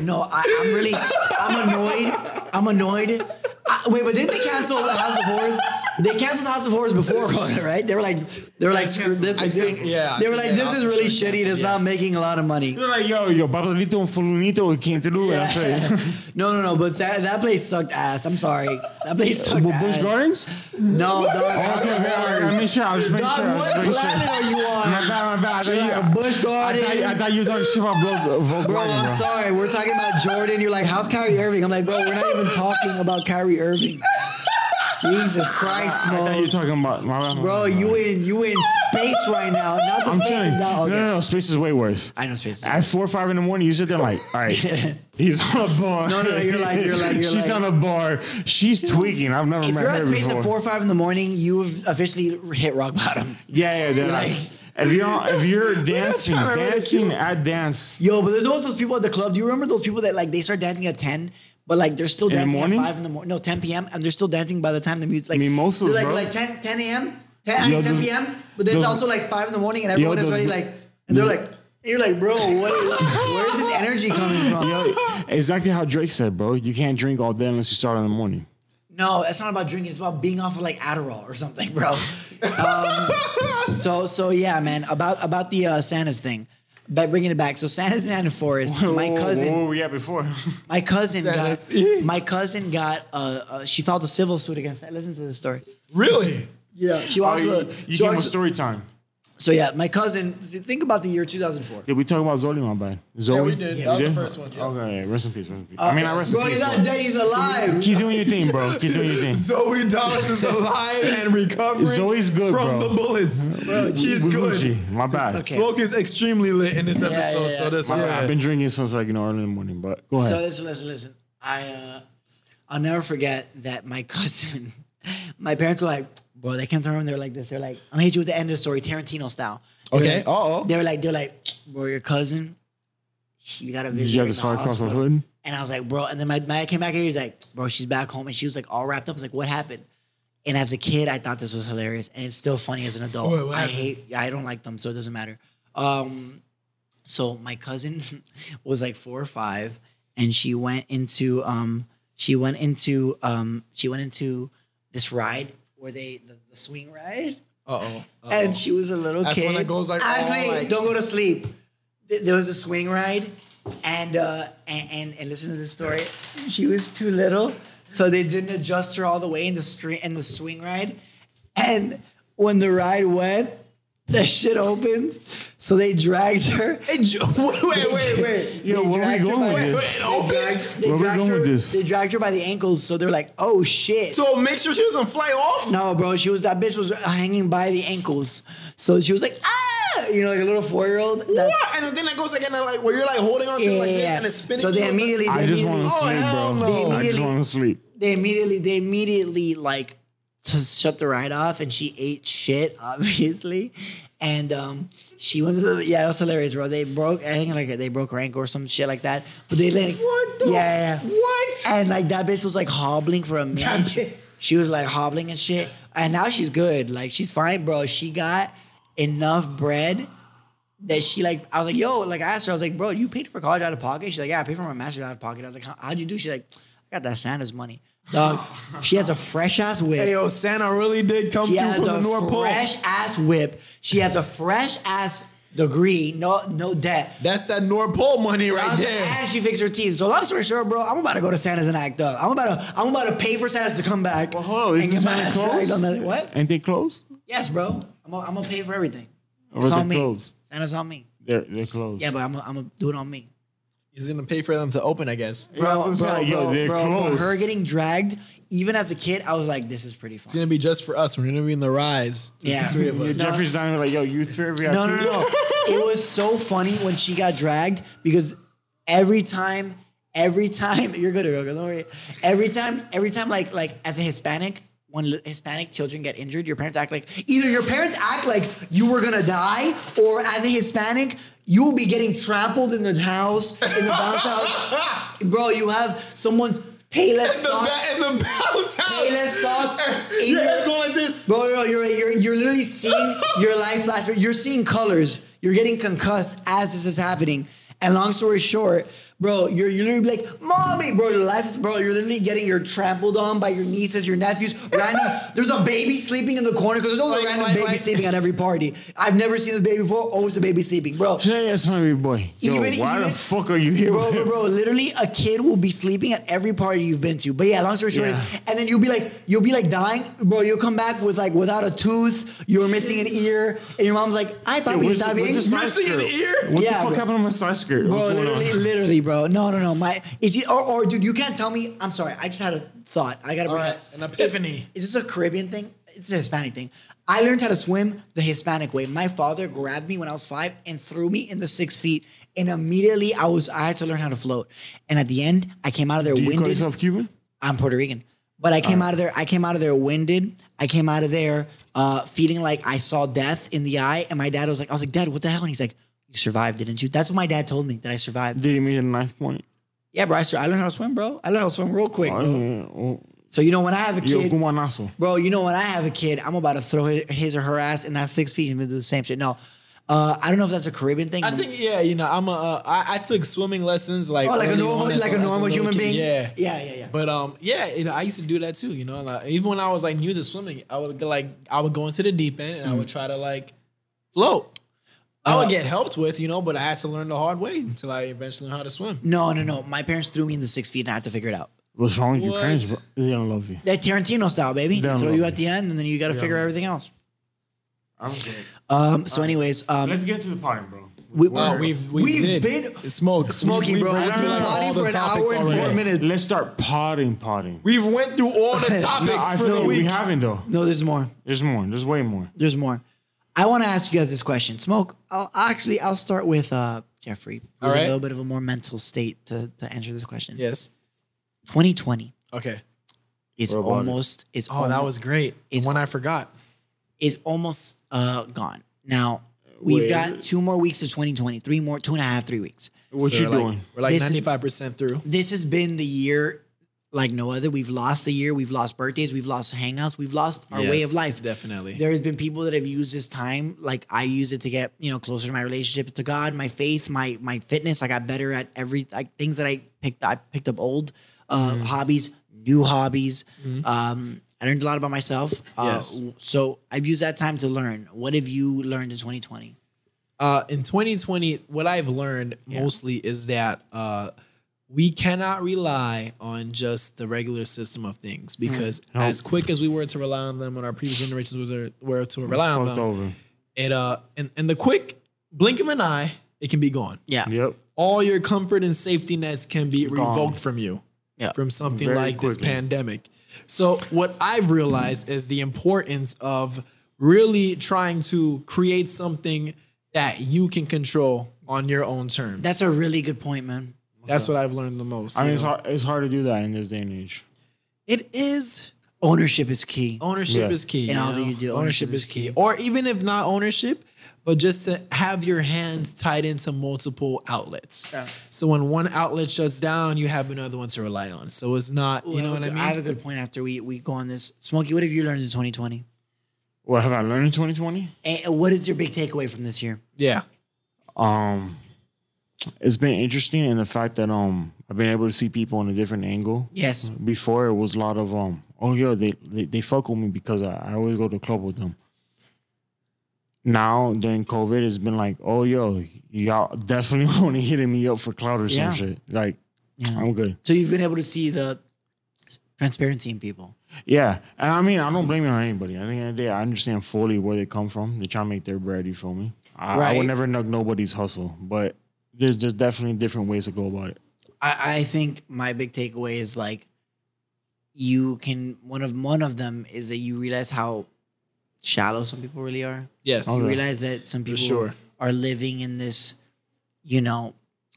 S2: No, I, I'm really, I'm annoyed. I'm annoyed. I, wait, but didn't they cancel House of Horrors? They canceled House of Horrors before <laughs> Corona, right? They were like, they were like, screw this. is-
S1: think- yeah,
S2: They were
S1: I
S2: like,
S1: think
S2: this
S1: they
S2: is really
S1: also
S2: shitty. and It's
S1: canceled,
S2: not making a lot of money.
S4: They're like, yo, yo, Babalito and Fulunito, it came through. And I'm sorry.
S2: No, no, no. But that, that place sucked ass. I'm sorry. That place sucked
S4: Well,
S2: ass.
S4: Bush Gardens?
S2: No, dog. House
S4: Okay,
S2: of
S4: okay, I gotta
S2: Horrors.
S4: make sure. I was making
S2: Dog,
S4: sure. I was
S2: what
S4: making sure.
S2: planet are you
S4: My
S2: on?
S4: bad, my bad. I
S2: You're
S4: thought
S2: like,
S4: you-
S2: Bush
S4: I
S2: Gardens.
S4: thought you- I thought you were talking shit about Vogue Vogue
S2: Bro,
S4: Garden,
S2: I'm
S4: bro.
S2: sorry. We're talking about Jordan. You're like, how's Kyrie Irving? I'm like, bro, we're not even talking about Kyrie Irving. Jesus Christ,
S4: I thought you were
S2: Mo.
S4: talking about my my- my-
S2: Bro, you in you in space right now. Not the
S4: I'm
S2: space
S4: chilling.
S2: is down.
S4: No,
S2: Okay.
S4: no, no. Space is way worse.
S2: I know space. is down.
S4: At four, five in the morning, you sit there like,
S2: <laughs>
S4: all right, he's on a bar.
S2: No, no, no, you're like- you're like- you're
S4: She's
S2: like-
S4: on a bar. She's tweaking. I've never
S2: If
S4: met
S2: you're at
S4: her
S2: space
S4: before.
S2: at four or five in the morning, you've officially hit rock bottom.
S4: Yeah, yeah,
S2: like-
S4: that's. if you're if
S2: <laughs>
S4: you're dancing,
S1: trying to really
S4: dancing at dance.
S2: Yo, but there's always those people at the club. Do you remember those people that like they start dancing at ten, but like they're still
S4: the
S2: dancing at
S4: morning?
S2: five in the morning? No, ten p.m. and they're still dancing by the time the music. Like,
S4: Mimosas,
S2: they're like
S4: bro.
S2: like 10, 10 a.m. 10, I
S4: Yo,
S2: mean, 10
S4: those-
S2: p.m. But then it's
S4: those-
S2: also like five in the morning, and everyone is
S4: those-
S2: already like, and they're like, you're like, bro, what,
S4: <laughs>
S2: where's this energy coming from?
S4: Yo, exactly how Drake said, bro. You can't drink all day unless you start in the morning.
S2: No, it's not about drinking. It's about being off of like Adderall or something,
S4: <laughs>
S2: bro. Um, so so yeah, man. About about the uh, Santa's thing, but bringing it back. So Santa's in Santa Forest. My
S4: Whoa,
S2: cousin.
S4: Whoa, Oh, yeah, before. <laughs>
S2: My cousin
S1: Sadness.
S2: <laughs> got my cousin got uh, uh she filed a civil suit against. Listen to this story.
S1: really?
S2: Yeah, she
S4: Oh,
S2: walks.
S4: you
S2: with-
S4: you
S2: she
S4: gave him
S2: walks-
S4: story time.
S2: So yeah, my cousin. Think about the year 2004.
S4: Did we talk about Zoli? My bad. Zoli.
S3: we did. That was the first one, yeah.
S4: Okay, yeah, rest in peace. Rest in peace. I mean, I rest in
S2: Bro,
S4: peace.
S2: he's
S4: bro.
S2: not dead. He's alive.
S4: Keep doing your thing, bro. Keep doing your thing.
S3: Zoe Dallas is alive and recovering
S4: Zoe's good,
S3: from
S4: bro.
S3: the bullets. He's
S4: We
S3: good.
S4: Gucci. My bad.
S3: Smoke is extremely lit in this episode,
S2: yeah, yeah.
S3: so this
S4: My bad.
S3: yeah.
S4: I've been drinking since like you know early in the morning, but go ahead.
S2: So listen, listen, listen. I uh, I'll never forget that my <laughs> cousin, my parents were like, bro, they came to my room. They're like this. They're like, I'm gonna hit you with the end of the story, Tarantino style. They were
S3: Okay,
S2: like-
S3: uh-oh.
S2: They were like, they're like, bro, your cousin, you got a visit.
S4: Did you have
S2: in
S4: to
S2: the
S4: start across the
S2: hospital."
S4: hood?
S2: And I was like, bro. And then my, my dad came back here. He's like, bro, she's back home. And she was like all wrapped up. I was like, what happened? And as a kid, I thought this was hilarious. And it's still funny as an adult.
S3: What- what
S2: I
S3: happened?
S2: hate, I don't like them. So it doesn't matter. Um, so my cousin <laughs> was like four or five. And she went into, um, she went into, um, she went into this ride where they, the, the swing ride
S3: Uh-oh. Uh-oh.
S2: and she was a little
S3: That's
S2: kid.
S3: when it goes like, oh
S2: Ashley,
S3: all like-
S2: don't go to sleep. Th- There was a swing ride, and uh, and, and and listen to this story. She was too little, so they didn't adjust her all the way in the street in the swing ride, and when the ride went. The shit opens, so they dragged her.
S3: <laughs> wait, wait, wait, wait.
S4: Yo,
S2: They
S4: where we
S2: dragged her
S4: going
S2: by-
S4: with
S3: Wait,
S4: this?
S3: wait,
S2: They
S3: open.
S2: dragged, they
S4: Where we
S2: dragged
S4: going
S2: her,
S4: with this?
S2: They dragged her by the ankles, so they're like, "Oh shit!"
S3: So make sure she doesn't fly off.
S2: No, bro, she was that bitch was hanging by the ankles, so she was like, ah, you know, like a little four year old.
S3: What? And the thing that goes again, like where you're like holding on to it like this and it's spinning.
S2: So they immediately, they
S4: I just want
S2: immediately,
S3: Oh,
S4: to sleep,
S3: hell
S4: bro.
S3: no.
S4: I just want to sleep.
S2: they immediately, they immediately like to shut the ride off, and she ate shit, <laughs> obviously, and um, she went to the yeah, it was hilarious, bro. They broke, I think like they broke her ankle or some shit like that, but they like
S3: What the-
S2: yeah, yeah.
S3: What?
S2: And like that bitch was like hobbling for a minute.
S3: bitch.
S2: She, she was like hobbling and shit. And now she's good. Like she's fine, bro. She got enough bread that she like I was like, yo, like I asked her, I was like, bro, you paid for college out of pocket? She's like, yeah, I paid for my master's out of pocket. I was like, How, how'd you do? She's like, I got that Santa's money.
S3: <laughs>
S2: Dog, she has a fresh ass whip.
S3: Hey, yo, Santa really did come
S2: She
S3: through
S2: has
S3: from the
S2: a
S3: North Pole.
S2: fresh ass whip. She has a fresh ass degree. No, no debt.
S3: That's that North Pole money right
S2: Also,
S3: there.
S2: And she fixed her teeth. So long story short, bro, I'm about to go to Santa's and act up. I'm about to I'm about to pay for Santa's to come back.
S4: Well, hold on, is
S2: and
S4: this
S2: get my
S4: Santa
S2: ass
S4: closed?
S2: dragged on the- What?
S4: Ain't they closed?
S2: Yes, bro. I'm gonna I'm gonna pay for everything.
S4: Or
S2: It's
S4: are
S2: on
S4: they
S2: me.
S4: closed?
S2: Santa's on me.
S4: They're they're closed.
S2: Yeah, but I'm gonna I'm gonna do it on me.
S3: He's gonna pay for them to open, I guess. It's
S4: Yeah, I'm
S2: Bro, bro,
S4: saying, yo,
S2: bro,
S4: they're
S2: bro, bro,
S4: closed.
S2: her getting dragged. Even as a kid, I was like, this is pretty fun.
S3: gonna be just for us. We're gonna be in the rise. Just
S2: Yeah.
S3: the three of
S4: Yeah,
S3: us.
S4: Jeffrey's down there like, yo, youth fair VIP.
S2: No, no, no, no. <laughs> it was so funny when she got dragged because every time, every time <laughs> you're good, you're good. Don't worry. Every time, every time, like like as a Hispanic, when li- Hispanic children get injured, your parents act like either your parents act like you were gonna die, or as a Hispanic. You will be getting trampled in the house, in the bounce house, <laughs> bro. You have someone's payless
S3: The
S2: sock
S3: ba- in the bounce house. <laughs>
S2: Payless sock.
S3: Your head's going like this.
S2: Bro, bro, you're, you're you're literally seeing your life flash. You're seeing colors. You're getting concussed as this is happening. And long story short, bro, you're you literally be like, mommy, bro, your life is bro. You're literally getting your trampled on by your nieces, your nephews. Random, there's a baby sleeping in the corner because there's always
S3: Like-
S2: a random
S3: like-
S2: baby
S3: like-
S2: sleeping at every party. I've never seen this baby before. Always a baby sleeping, bro.
S4: Say yes, my baby boy. Yo,
S2: Even-
S4: why the
S2: even-
S4: fuck are you here?
S2: Bro,
S4: with
S2: bro,
S4: him?
S2: bro, literally a kid will be sleeping at every party you've been to. But yeah, long story short
S4: Yeah.
S2: is, and then you'll be like, you'll be like dying, bro. You'll come back with like without a tooth, you're missing an ear, and your mom's like, "I papi,
S4: where's-
S2: está bien."
S4: where's the side
S3: Missing an
S4: skirt?
S3: ear?
S4: What
S2: Yeah,
S4: the fuck
S2: bro.
S4: happened to my side skirt?
S2: Bro,
S4: What's going on?
S2: literally, literally, bro. No, no, no. My is he, or, or dude, you can't tell me. I'm sorry. I just had a thought. I gotta
S3: All
S2: bring it
S3: right,
S2: up.
S3: an epiphany.
S2: Is, is this a Caribbean thing? It's a Hispanic thing. I learned how to swim the Hispanic way. My father grabbed me when I was five and threw me in the six feet, and immediately I was I had to learn how to float. And at the end, I came out of there
S4: Do you call
S2: winded.
S4: yourself Ah. Cuban?
S2: I'm Puerto Rican. But I came out of there. I came out of there winded. I came out of there uh, feeling like I saw death in the eye. And my dad was like, I was like, Dad, what the hell? And he's like, You survived, didn't you? That's what my dad told me that I survived.
S4: Did he make a ninth point?
S2: Yeah, bro. I, sur- I learned how to swim, bro. I learned how to swim real quick.
S4: Oh, yeah, oh.
S2: So you know when I have a
S4: Yo,
S2: kid,
S4: guanazo.
S2: bro. You know when I have a kid, I'm about to throw his, his or her ass in that six feet and do the same shit. No, uh, I don't know if that's a Caribbean thing.
S3: I think yeah, you know, I'm a. Uh, I, I took swimming lessons like
S2: oh, like a
S3: early
S2: normal,
S3: on as-
S2: like a
S3: as
S2: normal
S3: little
S2: human
S3: kid.
S2: being.
S3: Yeah,
S2: yeah, yeah, yeah.
S3: But um, yeah, you know, I used to do that too. You know, like, even when I was like new to swimming, I would like I would go into the deep end and I would
S2: Mm.
S3: try to like float. I
S2: Uh,
S3: would get helped with, you know, but I had to learn the hard way until I eventually learned how to swim.
S2: no, no, no. My parents threw me in the six feet, and I had to figure it out.
S4: What's wrong with your
S3: What?
S4: parents, bro? They don't love you.
S2: That Tarantino style, baby. They
S4: Down
S2: throw
S4: low.
S2: you at the end, and then you got to figure everything else.
S4: I'm good.
S2: Um, so, anyways, um,
S4: Let's get to the party, bro.
S2: we,
S1: Wow, Uh, we've we
S2: We've
S1: did.
S2: been
S1: smoked
S2: smoking,
S1: We-
S2: bro.
S1: we've
S2: We've
S1: been
S2: been
S1: like all
S2: potting
S1: the
S2: for an
S1: topics
S2: hour and four
S1: already.
S2: minutes.
S4: Let's start potting, potting.
S1: We've went through all <laughs> the topics
S4: No, I
S1: for
S4: feel
S1: the
S4: like we
S1: week.
S4: haven't though.
S2: No, there's more.
S4: There's more. There's way more.
S2: There's more. I want to ask you guys this question. Smoke. I'll actually I'll start with uh, Jeffrey. Who's
S1: right.
S2: a little bit of a more mental state to, to answer this question.
S1: yes.
S2: 2020
S1: Okay.
S2: is
S4: about it?
S2: almost is
S1: Oh, that was great.
S2: It's-
S1: One I forgot.
S2: is almost uh, gone. Now we've
S4: Wait, is
S2: got
S4: it?
S2: two more weeks of 2020, three more, two and a half, three weeks.
S4: What
S1: So
S4: you
S1: we're like-
S4: doing?
S1: We're like
S2: This is-
S1: ninety five percent through.
S2: This has been the year like no other. We've lost the year. We've lost birthdays. We've lost hangouts. We've lost our way of
S1: Yes,
S2: life.
S1: Definitely.
S2: There has been people that have used this time, like I used it to get you know closer to my relationship to God, my faith, my my fitness. I got better at every like things that I picked. I picked up old uh,
S1: Mm-hmm.
S2: hobbies, new hobbies. Um, I learned a lot about myself. Uh,
S1: Yes.
S2: w- So I've used that time to learn. What have you learned in 2020?
S1: uh, in 2020, what I've learned mostly is that uh, we cannot rely on just the regular system of things because as quick as we were to rely on them, when our previous generations were, were to rely on
S4: Fucked
S1: them,
S4: over.
S1: it uh, in, in the quick blink of an eye, it can be gone.
S2: Yeah.
S4: Yep.
S1: All your comfort and safety nets can be
S4: Gone.
S1: revoked from you
S2: Yeah.
S1: from something
S4: Very
S1: like this
S4: quickly.
S1: pandemic. So what I've realized is the importance of really trying to create something that you can control on your own terms.
S2: That's a really good point, man.
S1: That's what I've learned the most.
S4: I
S1: you
S4: mean, it's
S1: know.
S4: hard, it's hard to do that in this day and age.
S1: It is
S2: Ownership is key.
S1: ownership
S4: Yeah.
S1: is key.
S2: In
S1: you
S2: all that
S1: know?
S2: you do,
S1: ownership
S2: ownership
S1: is
S2: is
S1: key. Or even if not ownership, but just to have your hands tied into multiple outlets. So when one outlet shuts down, you have another one to rely on. So it's not, you know what I mean?
S2: I have a good point after we we go on this. Smokey, what have you learned in 2020?
S4: What have I learned in 2020?
S2: And what is your big takeaway from this year?
S1: yeah.
S4: Um, it's been interesting in the fact that um I've been able to see people in a different angle.
S2: Yes.
S4: Before it was a lot of um oh yo they they, they fuck with me because I, I always go to the club with them. Now during COVID, it's been like oh yo y'all definitely <laughs> only hitting me up for clout or
S2: Yeah.
S4: some shit. Like
S2: Yeah.
S4: I'm good.
S2: So you've been able to see the transparency in people.
S4: Yeah, and I mean I don't blame it on anybody. I think the day I understand fully where they come from. They try to make their bread. You feel me? I, I
S2: Right.
S4: would never knock nobody's hustle, but there's there's definitely different ways to go about it.
S2: I, I think my big takeaway is like you can one of one of them is that you realize how shallow some people really are.
S1: Yes.
S4: Okay.
S2: You realize that some people
S1: sure.
S2: are living in this, you know,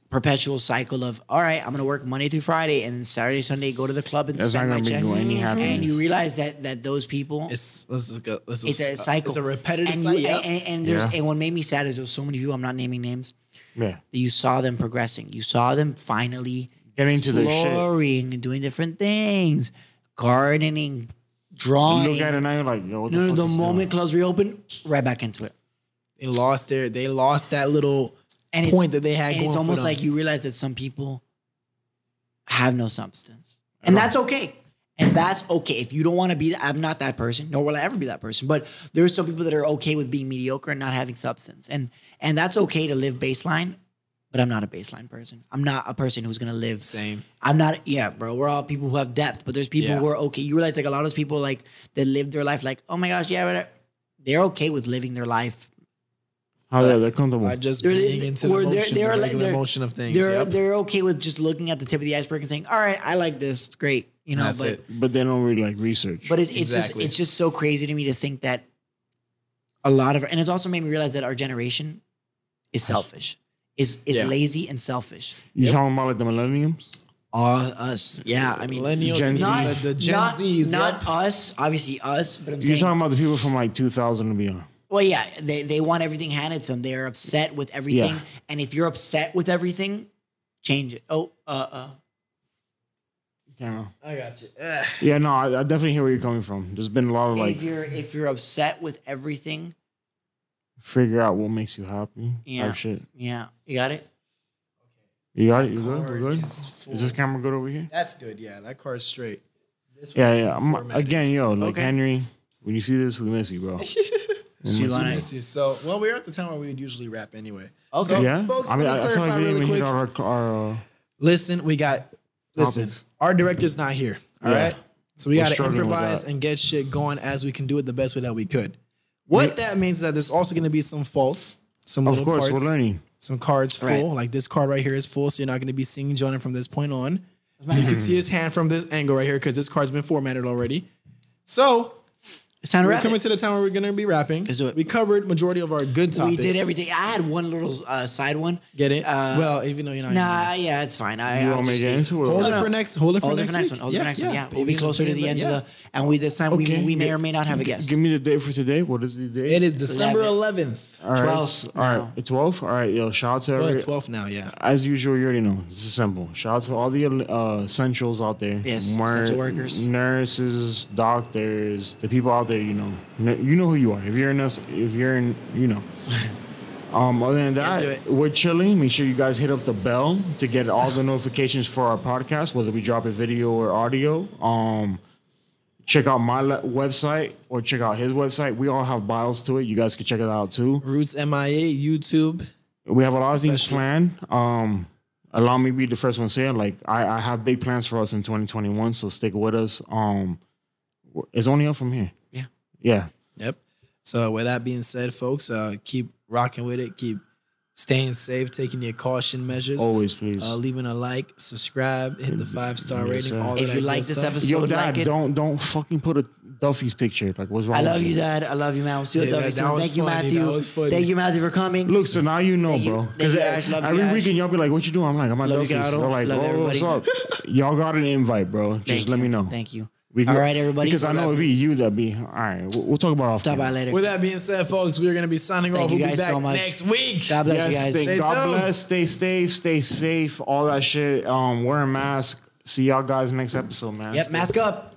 S2: perpetual cycle of all right, I'm gonna work Monday through Friday and then Saturday, Sunday go to the club and
S4: That's not
S2: spend my
S4: gonna make
S2: check.
S4: you any
S2: And you
S4: happiness.
S2: realize that that those people
S1: Mm. It's let's look at- let's
S2: it's
S1: look-
S2: a cycle.
S1: It's a repetitive
S2: and
S1: cycle.
S2: You, and, and, and there's
S4: Yeah.
S2: and what made me sad is there's so many people, I'm not naming names,
S4: Yeah,
S2: that you saw them progressing. You saw them finally
S4: Getting to their shit.
S2: exploring and doing different things, gardening, drawing.
S4: you look at it now, you're like, yo, what the,
S2: no,
S4: fuck
S2: the
S4: is going
S2: moment clubs reopen, right back into it.
S1: they lost their they lost that little
S2: And it's-
S1: point that they had
S2: and
S1: going
S2: it's
S1: for
S2: almost
S1: them.
S2: like you realize that some people have no substance, and that's okay. And that's okay. If you don't want to be, I'm not that person. Nor will I ever be that person. But there are some people that are okay with being mediocre and not having substance, and and that's okay to live baseline. But I'm not a baseline person. I'm not a person who's gonna live
S1: same.
S2: I'm not, yeah, bro. We're all people who have depth, but there's people
S1: Yeah.
S2: who are okay. You realize like a lot of those people like that live their life like, oh my gosh, yeah, but I-" they're okay with living their life.
S4: on? How yeah, they're comfortable.
S1: I just
S2: They're,
S1: being into the
S2: or
S1: motion,
S2: they're-
S1: the
S2: they're like-
S1: regular
S2: they're-
S1: motion of things.
S2: They're
S1: yep.
S2: they're okay with just looking at the tip of the iceberg and saying, all right, I like this, great, you know.
S1: That's
S2: but
S1: it.
S4: but they don't really like research.
S2: but it's it's
S1: Exactly.
S2: just it's just so crazy to me to think that a lot of and it's also made me realize that our generation is selfish, is is
S1: Yeah.
S2: lazy and selfish.
S4: you talking about like the millenniums?
S2: All us, yeah. I mean,
S1: millennials,
S4: Gen
S1: and
S4: Z.
S1: the- the, Gen
S2: not,
S1: Zs,
S2: not
S1: yep.
S2: us, obviously us, but I'm
S4: You're
S2: saying
S4: talking about the people from like 2000 and beyond.
S2: Well, yeah, they, they want everything handed to them. They are upset with everything.
S4: Yeah.
S2: And if you're upset with everything, change it. Oh, uh, uh.
S4: You know?
S2: I got you.
S4: Yeah, no, I, I definitely hear where you're coming from. There's been a lot of like
S2: if you're if you're upset with everything,
S4: figure out what makes you happy. Yeah,
S2: Yeah.
S4: type shit.
S2: yeah, you got it.
S4: You got it. You good?
S1: Card
S4: We're good.
S1: is
S4: Is, this camera good over here?
S1: That's good. Yeah, that card's straight. This
S4: Yeah,
S1: one is
S4: yeah. I'm,
S1: formatted.
S4: again, yo, like
S2: Okay.
S4: Henry, when you see this, we miss you,
S1: <laughs>
S4: bro.
S2: So you wanna-
S1: Let's see. So, well, we're at the time where we would usually wrap anyway.
S2: Okay.
S1: So,
S4: yeah,
S1: folks,
S4: I mean,
S1: let
S4: I,
S1: me
S4: I feel
S1: clarify
S4: like we didn't
S1: really
S4: even hit
S1: quick.
S4: our, our uh,
S1: Listen, we got listen.
S4: Topics.
S1: Our director's not here. All right,
S4: Yeah.
S1: so we
S4: We're
S1: got to
S4: struggling with
S1: improvise
S4: that.
S1: and get shit going as we can do it the best way that we could. What that means is that there's also going to be some faults, some
S4: Of
S1: little
S4: course,
S1: parts,
S4: we're learning.
S1: some cards full.
S4: Right.
S1: Like this card right here is full, so you're not going to be seeing Jonah from this point on. You can see his hand from this angle right here because this card's been formatted already. So
S2: It's time to
S1: we're
S2: wrap
S1: coming
S2: it.
S1: to the time where we're going to be wrapping.
S2: Let's do it.
S1: We covered majority of our good
S2: We
S1: topics.
S2: did everything. I had one little uh, side one.
S1: Get it?
S2: Uh,
S1: well, even though you're not.
S2: Nah, yeah, it's fine. I,
S4: You
S2: I'll
S4: want me
S2: just
S4: to get into it?
S1: Hold
S4: or-
S1: it for next. Hold it for
S2: Hold it
S1: next,
S2: for next
S1: week.
S2: one. Hold it for next one. Yeah, we'll
S1: Maybe
S2: be closer to
S1: put it
S2: the
S1: in
S2: end
S1: yeah.
S2: of the. And we this time we,
S4: Okay.
S2: we may or may not have a guest.
S4: Give me the date for today. What is the date?
S1: It is December 11th.
S4: All right.
S2: 12th
S4: All right.
S2: now.
S4: It's 12. All right. Yo, shout out to
S1: Well,
S4: every,
S1: 12th now, yeah.
S4: as usual, you already know. This is simple. Shout out to all the uh, essentials out there.
S2: Yes, essential workers.
S4: nurses, doctors, the people out there. You know, Kn- you know who you are. If you're in us, if you're in,
S2: <laughs>
S4: you know. Um, other than
S2: do
S4: that,
S2: it.
S4: we're chilling. Make sure you guys hit up the bell to get all the notifications for our podcast, whether we drop a video or audio. Um, check out my le- website or check out his website. We all have bios to it. You guys can check it out too.
S1: Roots MIA, YouTube.
S4: We have a lot of things planned. Um, allow me to be the first one saying, like, I, I have big plans for us in 2021, so stick with us. Um, w- it's only up from here.
S2: Yeah.
S4: Yeah.
S1: Yep. So with that being said, folks, uh, keep rocking with it. Keep staying safe, taking your caution measures.
S4: Always, please.
S1: Uh, leaving a like, subscribe, hit the five star
S4: Yes,
S1: rating.
S4: sir.
S1: All of
S2: If
S1: that
S2: you
S1: good
S2: like this
S1: stuff.
S2: episode,
S4: Yo,
S2: like
S4: Dad,
S2: it.
S4: don't don't fucking put a Duffy's picture. Like, what's wrong?
S2: I
S4: with
S2: love you, Dad. I love you, man. We'll see you
S1: Yeah, that-
S2: at WTO.
S1: that was
S2: Thank you,
S1: funny. That was
S2: Matthew.
S1: funny.
S2: Thank you, Matthew, for coming.
S4: Look, so now you know,
S2: Thank you-
S4: bro.
S2: thank
S4: Because
S2: you, Ash. Love you,
S4: every
S2: Ash.
S4: weekend y'all be like, "What you doing?" I'm like, "I'm at
S2: Love you,
S4: Duffy's." They're
S2: Gato.
S4: like,
S2: Love
S4: "Oh, what's up?"
S2: everybody.
S4: y'all got an invite, bro. Just
S2: Thank
S4: let
S2: you.
S4: me know.
S2: Thank you.
S4: We
S2: All right, everybody.
S4: Because I know it'd be you that be. All right, we'll, we'll talk about it off.
S2: Talk
S4: camera.
S2: about it later.
S1: With that being said, folks, we're gonna be signing
S2: Thank
S1: off.
S2: you
S1: We'll be
S2: guys
S1: back
S2: so much.
S1: next week.
S2: God bless
S4: Yes,
S2: you guys.
S4: thank-
S1: Stay
S4: God
S1: tuned.
S4: bless. Stay safe. Stay safe. All that shit. Um, wear a mask. See y'all guys next episode, man.
S2: Yep, mask up.